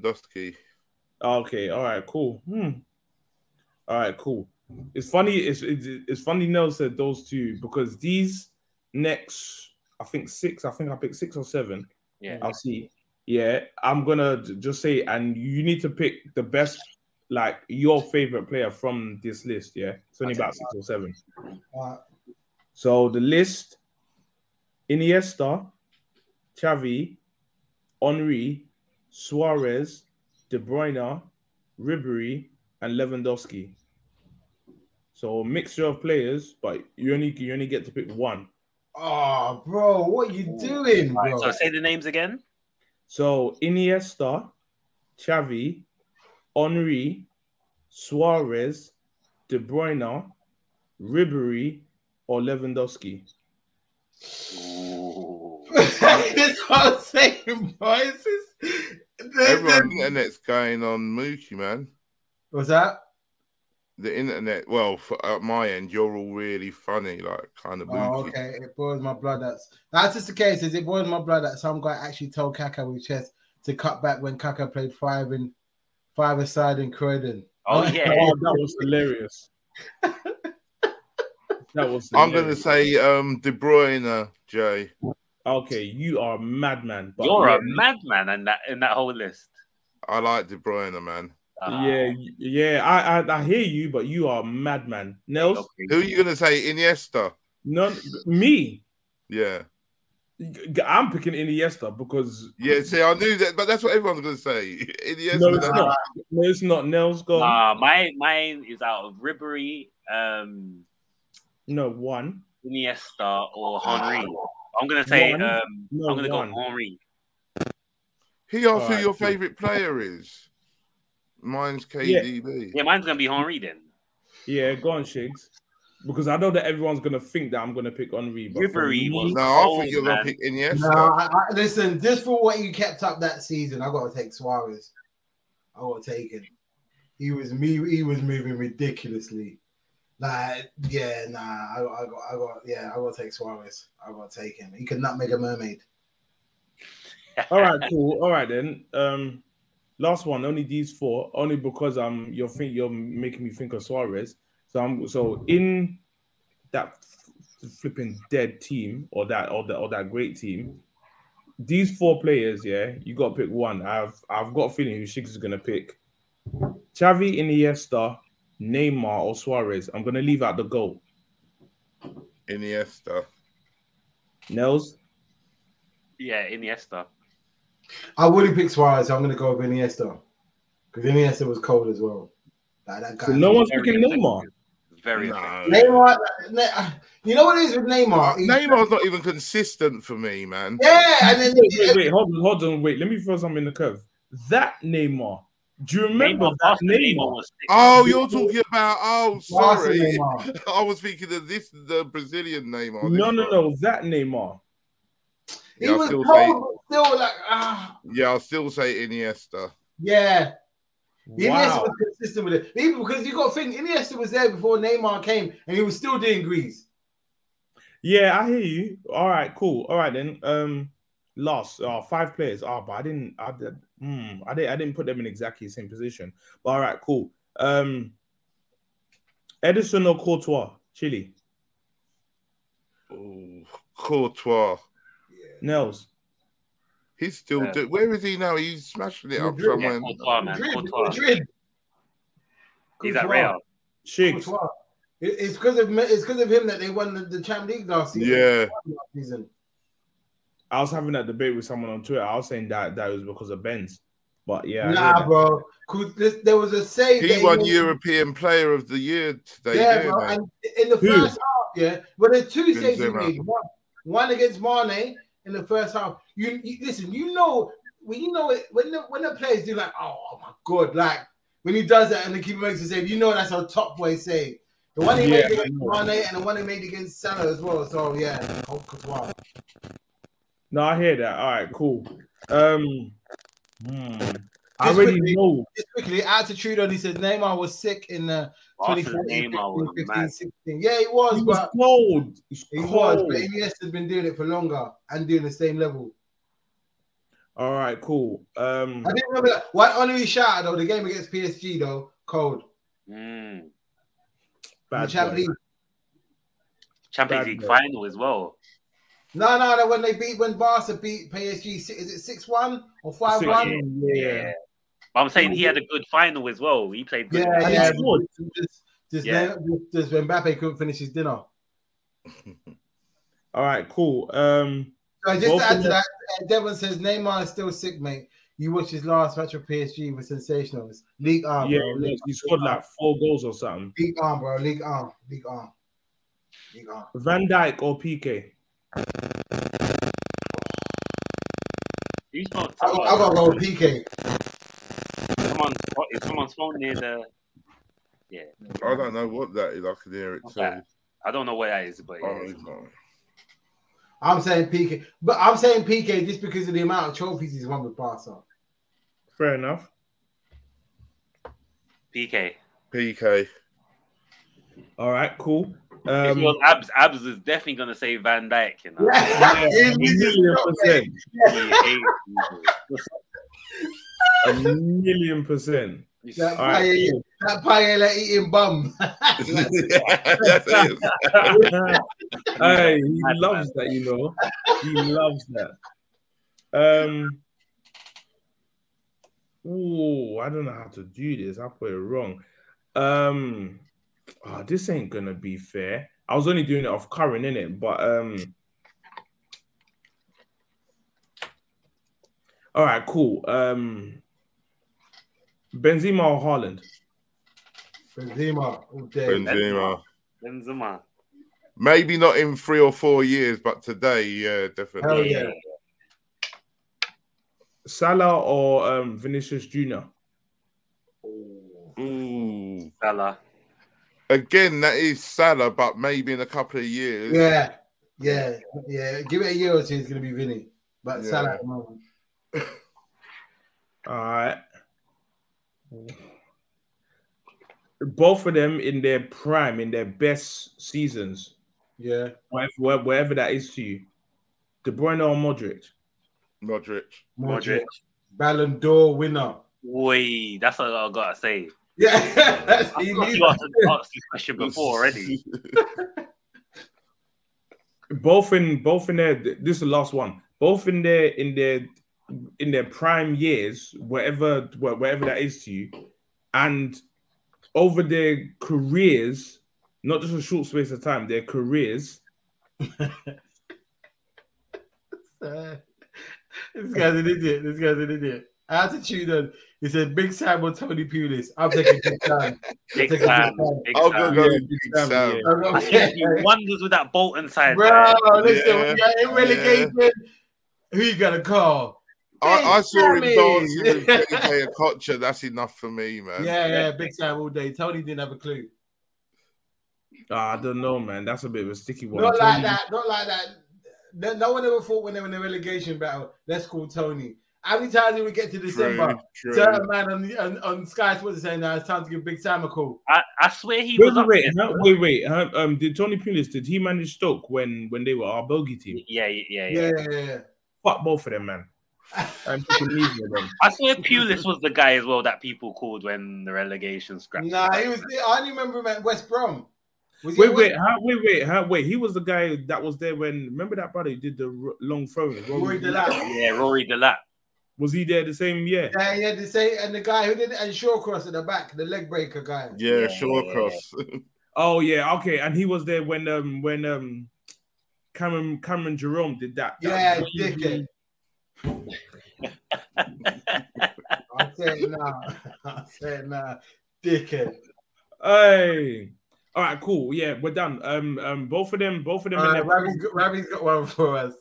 H: Lewandowski.
G: Okay, all right, cool. Hmm. All right, cool. It's funny. It's it's, it's funny. Nell said those two because these next, I think six. I think I picked six or seven.
I: Yeah.
G: I'll see. Yeah, I'm gonna j- just say, and you need to pick the best, like
B: Uh,
G: your favorite player from this list. Yeah, it's only about six or seven.
B: All right.
G: So the list: Iniesta, Xavi, Henri, Suarez, De Bruyne, Ribery, and Lewandowski. So a mixture of players, but you only you only get to pick one.
B: Oh, bro, what you doing,
I: Right,
B: bro?
I: so say the names again.
G: So Iniesta, Xavi, Henri, Suarez, De Bruyne, Ribery, or Lewandowski.
I: Oh,
B: That's what I'm saying, boy. It's just-
H: Everyone, internet's going on mookie, man.
B: What's that?
H: The internet, well, for, at my end, you're all really funny, like kind of
B: Oh,
H: mooky.
B: okay. It boils my blood. That's that's just the case. Is it boils my blood that some guy actually told Kaka with chess to cut back when Kaka played five in five aside in Croydon.
I: Oh yeah.
G: Oh, that was hilarious. that was.
H: I'm going to
G: hilarious.
H: say um, De Bruyne, Jay.
G: Okay, you are a madman. but
I: You're
G: yeah,
I: a madman in that in that whole list.
H: I like De Bruyne, man.
I: Ah,
G: Yeah, yeah. I, I I hear you, but you are a madman. Nels,
I: okay.
H: Who are you going to say? Iniesta?
G: no, me.
H: Yeah.
G: I'm picking Iniesta because
H: Yeah, see, I knew that, but that's what everyone's going to say. Iniesta.
G: no, it's not. No, it's not. Nels go.
I: Nah, my mine is out of Ribery, um,
G: No one.
I: Iniesta, or Henri. I'm gonna say
G: One?
I: um,
G: No,
I: I'm gonna
G: one.
I: go Henri.
H: He asked who
G: Alright, cool.
H: your favourite player is. Mine's KDB.
I: Yeah, mine's gonna be Henri then.
G: Yeah, go on, Shigs. Because I know that everyone's gonna think that I'm gonna pick Henri. but for
I: Ribery
G: me-
I: was-
H: No, I
I: Oh,
H: think you're going to
I: man.
H: pick Iniesta.
B: No, I, I, listen, just for what you kept up that season, I gotta take Suarez. I gotta take him. He was me he was moving ridiculously. Like, yeah, nah, I, I got I got yeah, I gotta take Suarez. I gotta take him. He could not make a mermaid.
G: All right, cool. All right then. Um, last one. Only these four. Only because um, you're think you're making me think of Suarez. So I'm so in that f- flipping dead team or that or that or that great team. These four players, yeah, you got to pick one. I've I've got a feeling who Shigs is gonna pick. Xavi, Iniesta, Neymar, or Suarez. I'm gonna leave out the goal.
H: Iniesta.
G: Nels.
I: Yeah, Iniesta.
B: I wouldn't pick Suarez, so I'm gonna go with Iniesta. Because Iniesta was cold as well. Like that guy.
G: So no one's
I: Very
G: picking
I: effective.
G: Neymar.
I: Very effective.
H: No.
B: Neymar, Ne- you know what it is with Neymar? He-
H: Neymar's not even consistent for me, man.
B: Yeah, and then
G: wait, wait, wait, hold on, hold on, wait. Let me throw something in the curve. That Neymar. Do you remember
I: Neymar,
G: that
I: after Neymar
G: Neymar?
I: was sick.
H: Oh, you're talking about. Oh, sorry.
B: Neymar.
H: I was thinking of this, the Brazilian Neymar.
G: No,
H: this
G: no,
H: one.
G: no, that Neymar.
B: He
H: Yeah, I
B: was
H: still
B: cold,
H: say-
B: but still like ah,
H: Yeah, I'll still say Iniesta.
B: yeah. Iniesta
G: Wow.
B: was consistent with it, even because you got to think Iniesta was there before Neymar came, and he was still doing Greece.
G: Yeah, I hear you. All right, cool. All right then. Um, last uh, five players. Oh, but I didn't. I did. Hmm, I didn't. I didn't put them in exactly the same position. But all right, cool. Um, Edison or Courtois, Chile,
H: Oh, Courtois.
G: Nels.
H: He's still
I: Yeah.
H: do- Where is he now? He's smashing it up
B: Madrid.
H: somewhere.
I: Yeah,
G: Oh,
I: Courtois, man. Courtois.
B: Madrid.
I: He's at
B: Courtois.
I: Real.
G: Shigs.
B: Courtois. It- It's because of it's because of him that they won the, the Champions League last season.
H: Yeah.
B: Last season.
G: I was having that debate with someone on Twitter. I was saying that that was because of Benz, but yeah, I hear
B: nah,
G: that.
B: bro. Cour- This, there was a save. that
H: He won
B: made.
H: European Player of the Year today.
B: yeah,
H: didn't
B: bro.
H: he?
B: And in the
G: Who?
B: first half, yeah, but there are two
H: Benzema.
B: saves he made. One, one against Mane in the first half. You, you listen. You know when you know it when the when the players do like, oh, oh my god, like when he does that and the keeper makes a save, you know that's a top boy save. The one he
G: Yeah,
B: made against
G: I know.
B: Mane and the one he made against Salah as well. So yeah, oh, Courtois.
G: No, I hear that. All right, cool. Um, hmm. I
B: Just
G: already
B: quickly.
G: know.
B: Just quickly, attitude on. He said Neymar was sick in the
I: After
B: 2014,
I: Neymar was
B: 15,
I: mad.
B: 16. Yeah, he was,
G: He
B: but
G: was cold. He's
B: He was,
G: cold.
B: but Iniesta's been doing it for longer and doing the same level.
G: All right, cool. Um,
B: I didn't remember that. Why only shouted though the game against PSG though cold.
I: Mm.
B: In the
G: bad boy.
B: Champions League.
I: Champions
G: Bad
I: League
G: boy.
I: final as well.
B: No, no, no. When they beat when Barca beat PSG, si- is it six one or five
G: Six-
B: one?
G: yeah.
I: But I'm saying he had a good final as well. He played good.
B: Yeah, yeah.
G: he scored.
B: Just, just,
I: Yeah.
B: just when Mbappe couldn't finish his dinner.
G: All right, cool. Um,
B: So just
G: both
B: to add
G: of
B: to
G: them-
B: that, uh, Devon says Neymar is still sick, mate. You watched his last match with PSG was sensational. It's League arm,
G: yeah,
B: bro.
G: he
B: League,
G: he scored like four goals or something.
B: league arm, bro. League arm. League arm. League arm.
G: Van Dyke or PK?
I: Who's not?
B: I, I gotta go with PK.
I: Someone, is someone's phone near the? Yeah.
H: I don't know what that is. I can hear it too.
I: that? I don't know where that is, but
H: Oh,
I: yeah.
H: no.
B: I'm saying PK, but I'm saying PK just because of the amount of trophies he's won with Barca.
G: Fair enough.
I: PK.
H: PK.
G: All right, cool.
I: If
G: Um,
I: it was Abs, Abs is definitely gonna say Van Dyke. You know.
B: Yeah.
G: a million percent.
I: He hates
B: That
I: people.
G: A million percent. All right.
B: paella, that paella eating bum.
H: That's it.
G: hey, he loves that, you know. He loves that. Um. Oh, I don't know how to do this. I put it wrong. Um. Oh, this ain't gonna be fair. I was only doing it off current, innit? But um. All right, cool. Um. Benzema or Haaland?
B: Benzema all day.
H: Benzema.
I: Benzema.
H: Maybe not in three or four years, but today, yeah, definitely.
B: Hell yeah.
G: Salah or um, Vinicius Junior?
H: Ooh.
I: Salah.
H: Again, that is Salah, but maybe in a couple of years.
B: Yeah, yeah, yeah. Give it a year or two, it's gonna be Vinny. But
H: Yeah.
B: Salah at the moment.
G: All right. Both of them in their prime, in their best seasons,
B: Yeah.
G: wherever, where- wherever that is to you. De Bruyne or Modric?
H: Modric.
B: Modric. Ballon d'Or winner.
I: Wait, that's what I gotta say.
B: Yeah, that's
I: I
B: he
I: thought
B: knew
I: you
B: that.
I: asked, asked this question before already.
G: Both in both in their this is the last one. Both in their in their in their prime years, wherever where- wherever that is to you, and over their careers, not just a short space of time, their careers.
B: Uh, this guy's an idiot. This guy's an idiot. Attitude on. He said, "Big Sam or Tony Pulis." I'm taking Big Sam.
I: Big
B: Take a
I: time.
B: good
I: Big
H: I'll go
I: time.
H: go
G: Yeah,
H: with Big
G: Sam,
H: Sam.
G: yeah.
B: I'm
I: I
B: not-
I: think he wonders with that Bolton side.
B: Bro,
I: there.
B: listen,
H: Yeah.
B: we are in relegation. Who you gonna call?
H: I, I
B: Big
H: saw him
B: Sammy.
H: dancing with PK and Kocha. That's enough for me, man.
B: yeah, yeah, big time all day. Tony didn't have a clue.
G: Ah, I don't know, man. That's a bit of a sticky one.
B: not like
G: Tony-
B: that. Not like that. No, no one ever thought when they were in the relegation battle. Let's call Tony. How many times did we get to December?
H: True, true.
B: Certain man on, the, on on Sky Sports is saying now it's time to give Big Sam a call.
I: I, I swear he
G: Wait,
I: was
G: wait,
I: up
G: wait,
I: there.
G: huh? wait, wait. huh? Um, did Tony Pulis did he manage Stoke when when they were our bogey team?
I: Yeah, yeah, yeah, yeah.
B: Yeah, yeah, yeah.
G: Fuck both of them, man. I'm picking neither of them.
I: I swear Pulis was the guy as well that people called when the relegation scratch.
B: Nah, he was. I only remember him at West Brom. Was he
G: Wait,
B: at
G: wait,
B: West-
G: huh? wait, wait, huh? wait. He was the guy that was there when. Remember that brother who did the r- long throw?
B: Rory Delap.
I: Yeah, Rory Delap.
G: Was he there the same year?
B: Yeah, yeah. They say and the guy who did it and Shawcross at the back, the leg breaker guy.
H: Yeah,
I: Yeah,
H: Shawcross.
G: Oh yeah, okay. And he was there when um when um Cameron Cameron Jerome did that.
B: Yeah,
G: that
B: dickhead. I'll say it now. I'll say it now. Dickhead.
G: Hey. All right, cool. Yeah, we're done. Um, um, both of them, both of them. in
B: Uh,
G: their-
B: Ravi's, got, Ravi's got one for us.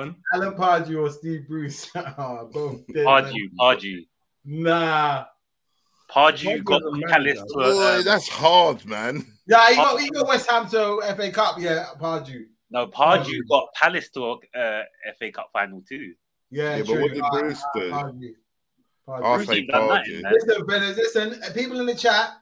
G: on.
B: Alan Pardew or Steve Bruce? oh, both dead, man.
I: Pardew, Pardew.
B: Nah.
I: Pardew got
G: Pardew was a
I: Callis
G: manager.
I: to
H: Boy,
I: a, um,
H: that's hard, man.
B: Nah, he got, he got West Ham to FA Cup. Yeah, Pardew.
I: no Pardew got Palace to a uh, FA Cup final too.
B: Yeah,
H: Yeah, but
B: true.
H: what did
B: Ah,
H: Bruce do? Oh.
B: Pardew. Pardew.
H: I'll
I: Bruce
H: say
I: ain't done
H: Pardew.
I: nothing, man.
B: Listen, fellas, listen. People in the chat,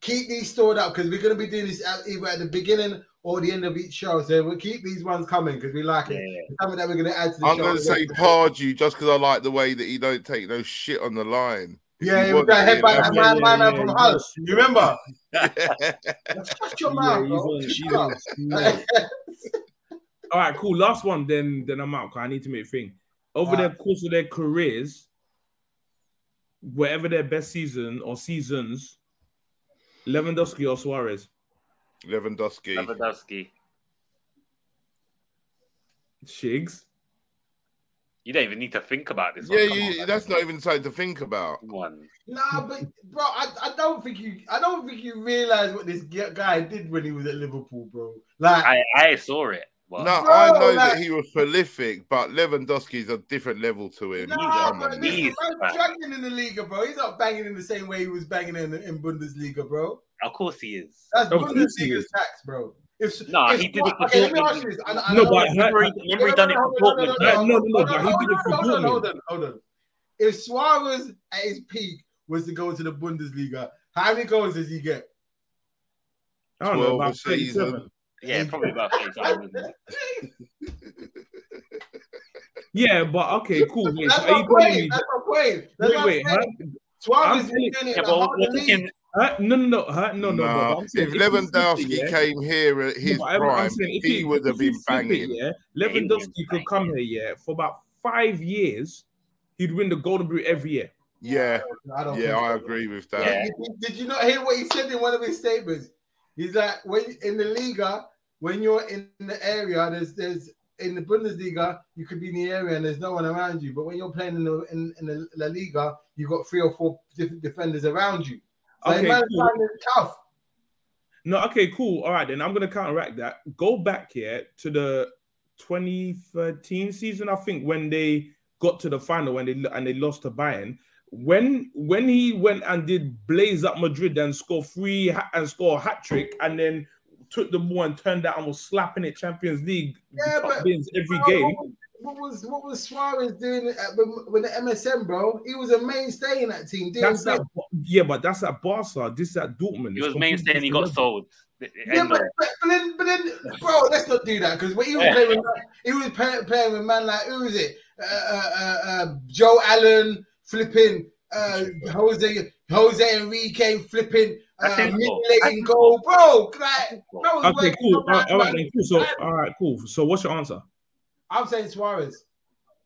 B: keep these stored up because we're going to be doing this at, either at the beginning or the end of each show. So we'll keep these ones coming because we like it.
I: Yeah.
B: It's something that we're going to add to the
H: I'm
B: show.
H: going to say Pardew just because I like the way that he don't take no shit on the line.
B: Yeah,
H: He
B: yeah, we're
H: wasn't
B: going to head back. that
H: doing
B: man,
G: yeah,
B: my man
G: yeah,
B: from
G: yeah.
B: Hull. You remember?
H: that.
B: Shut your
G: Yeah,
B: mouth,
G: he's
B: bro.
G: on-
B: Shut
G: he's
B: up.
G: on smoke. All right, cool. Last one, then then I'm out. 'cause I need to make a thing. Over the course of their careers, wherever their best season or seasons, Lewandowski or Suarez.
H: Lewandowski.
I: Lewandowski.
G: Shigs.
I: You don't even need to think about this.
H: Yeah,
I: one. Come on,
H: you,
I: man.
H: that's not even something to think about.
I: one.
B: Nah, but bro, I, I don't think you I don't think you realize what this g- guy did when he was at Liverpool, bro. Like
I: I, I saw it.
H: No,
I: But
H: I know that
B: like-
H: he was prolific, but Lewandowski's a different level to him.
B: Nah,
H: Come
B: bro,
H: on.
B: this
I: knees,
B: is
I: man.
B: dragging in the Liga, bro. He's not banging in the same way he was banging in in Bundesliga, bro.
I: of course he is.
B: That's
G: Of course he
B: Bundesliga's
G: is.
B: tax, bro. If,
I: Nah,
B: if-
I: he did it for
B: Okay, let me
I: Dortmund.
B: ask you this. I- I
G: No,
B: know-
G: but
I: Remember, he, remember he done it for
B: Hold on,
I: Dortmund.
B: hold on,
G: No, no,
B: hold
G: no,
B: on,
G: but he
B: hold on,
G: did it for
B: hold on,
G: Dortmund.
B: Hold on, hold on. If Suarez at his peak was to go to the Bundesliga, how many goals does he get?
G: I don't know
H: Twelve
G: about
H: a season.
G: 37.
I: Yeah, probably about 37.
G: Yeah, but okay, cool. Wait,
B: That's
G: so are
B: my
G: you telling me?
B: point. That's my point. That's
G: Wait,
B: my
G: wait,
B: point.
G: huh?
B: Suarez
G: I'm
B: is doing it
I: Yeah,
B: in the
I: but
B: harder
I: we're
B: league.
I: talking,
G: Huh? No, no, no, huh? no, no.
H: Nah,
G: but I'm saying
H: if
G: you flip it,
H: Lewandowski
G: yeah,
H: came here at
G: no,
H: his
G: but I'm- I'm
H: prime,
G: saying if
H: he
G: you-
H: would have
G: if you
H: been
G: flip it,
H: banging.
G: yeah,
I: Banging,
G: Lewandowski could
I: banging.
G: come here, yeah, for about five years, he'd win the Golden Boot every year.
H: Yeah,
B: I don't
H: yeah,
B: think
H: I
B: so.
H: agree with that.
I: Yeah.
B: Uh, Did, did you not hear what he said in one of his statements? He's like, when in the Liga, when you're in the area, there's there's in the Bundesliga, you could be in the area and there's no one around you. But when you're playing in the in, in the La Liga, you got three or four different defenders around you. So
G: Okay,
B: okay, man's
G: cool.
B: finding it tough.
G: No, okay, cool. All right, then I'm gonna counteract that. Go back here to the 2013 season, I think, when they got to the final when they and they lost to Bayern. When when he went and did blaze up Madrid and score three ha- and score a hat trick and then took the ball and turned out and was slapping it Champions League
B: Yeah,
G: top
B: but-
G: bins every
B: Bro,
G: game.
B: What was, what was what was Suarez doing at, with, with the MSN, bro? He was a mainstay in that team. Doing
G: That's
B: bits.
G: that, yeah, but that's at Barca. This is at Dortmund.
I: he
G: It's
I: was mainstay and he got
G: completely
I: sold. uh, Th-
B: Yeah,
I: end
B: but,
I: of-
B: but, but then, but then, bro, let's not do that because when he was
I: Yeah.
B: playing, with, he was play, playing with man like who is it? Uh, uh, uh, uh, Joe Allen flipping, uh, Jose Jose Enrique flipping, uh,
I: That's his fault.
B: manipulating goal, bro. Like,
I: fault.
B: that was
G: Okay,
B: working
G: cool.
B: on
G: All,
B: that,
G: all right,
B: man.
G: then, cool. So, all right, cool. So, what's your answer?
B: I'm saying Suarez.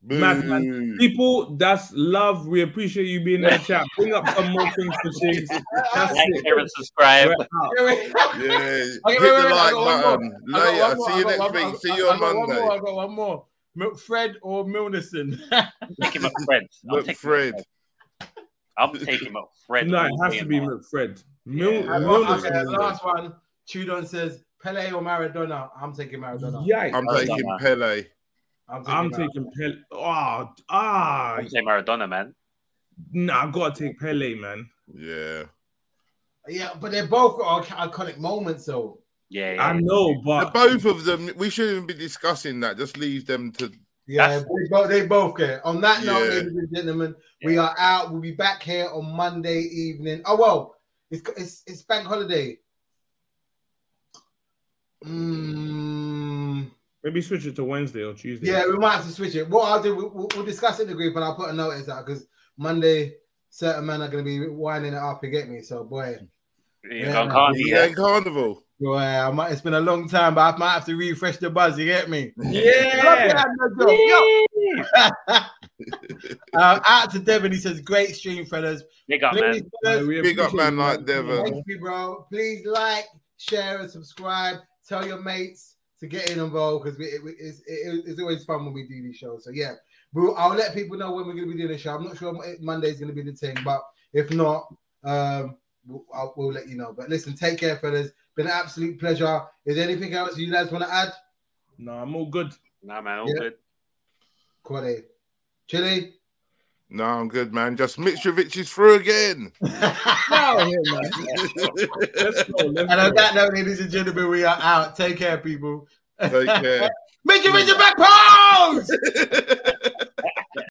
H: Boo.
I: Mm.
G: Madman. People, that's love. We appreciate you being in the chat. Bring up some more things for Shigs. That's
I: Like,
G: it.
I: share, and subscribe.
G: We're out.
B: You know what I mean?
H: Yeah, hit
B: wait, wait,
H: the
B: wait, I
H: like
B: got one more.
H: button.
B: I got
H: Later.
B: one more,
H: See you
B: I got
H: next
B: one-
H: week. See
B: I-
H: you on
B: I got one more,
H: Monday.
B: I got one more. Mil- Fred or Milnerson?
I: Take him up, Fred. I'll
H: Look,
I: take
H: Fred.
I: Him up, I'm taking up, Fred.
G: No, it
I: all
G: has
I: day
G: to be
I: long.
G: McFred. Mil-
I: Yeah.
G: Milner's
B: okay,
G: on there.
B: last one. Chudon says Pele or Maradona. I'm taking Maradona.
G: Yikes.
H: I'm
I: Maradona.
H: taking Pele.
G: I'm
B: Maradona.
G: taking Pele. Ah, ah.
I: I'll say Maradona, man.
G: Nah, I gotta take Pele, man.
H: Yeah.
B: Yeah, but they're both got ic- iconic moments, though.
I: Yeah, yeah.
G: I know,
H: The
G: but
H: both of them, we shouldn't be discussing that. Just leave them to.
B: Yeah,
I: That's-
B: they both, they both get. On that note,
H: Yeah.
B: ladies and gentlemen, we
I: Yeah.
B: are out. We'll be back here on Monday evening. Oh well, it's it's, it's bank holiday. Mm,
G: maybe switch it to Wednesday or Tuesday.
B: yeah, we might have to switch it. What I'll do, we- we'll, we'll discuss it in the group, and I'll put a notice out because Monday, certain men are going to be winding it up and get me. So boy,
I: You
B: Yeah,
I: can't-
G: Uh,
B: man.
I: can't
H: He's
I: do
H: yeah.
I: that.
H: carnival.
B: boy, I might, it's been a long time, but I might have to refresh the buzz. You get me?
G: yeah.
B: Yo. Uh, out to Devin, he says, "Great stream, fellas.
I: Big up,
B: Please,
I: man.
G: Yeah,
B: fellas,
G: we
H: Big up,
G: appreciate
H: man,
G: you,
H: like uh, Devon.
B: thank you, bro. Please like, share, and subscribe. Tell your mates to get in involved because it, it- it's, it, it's always fun when we do these shows. So yeah, we'll, I'll let people know when we're gonna be doing the show. I'm not sure if Monday's gonna be the thing, but if not, um, we'll, I'll, we'll let you know. But listen, take care, fellas. Been an absolute pleasure. Is there anything else you guys want to add?
G: Nah, I'm all good.
I: Nah, man, all
B: Yeah.
I: good.
B: Quality. Chili.
H: No, I'm good, man. Just Mitrovic is through again.
G: Let's go. Let's
B: And
G: go.
B: on that note, ladies and gentlemen, we are out. Take care, people.
H: Take care.
B: Make your, make your back pose!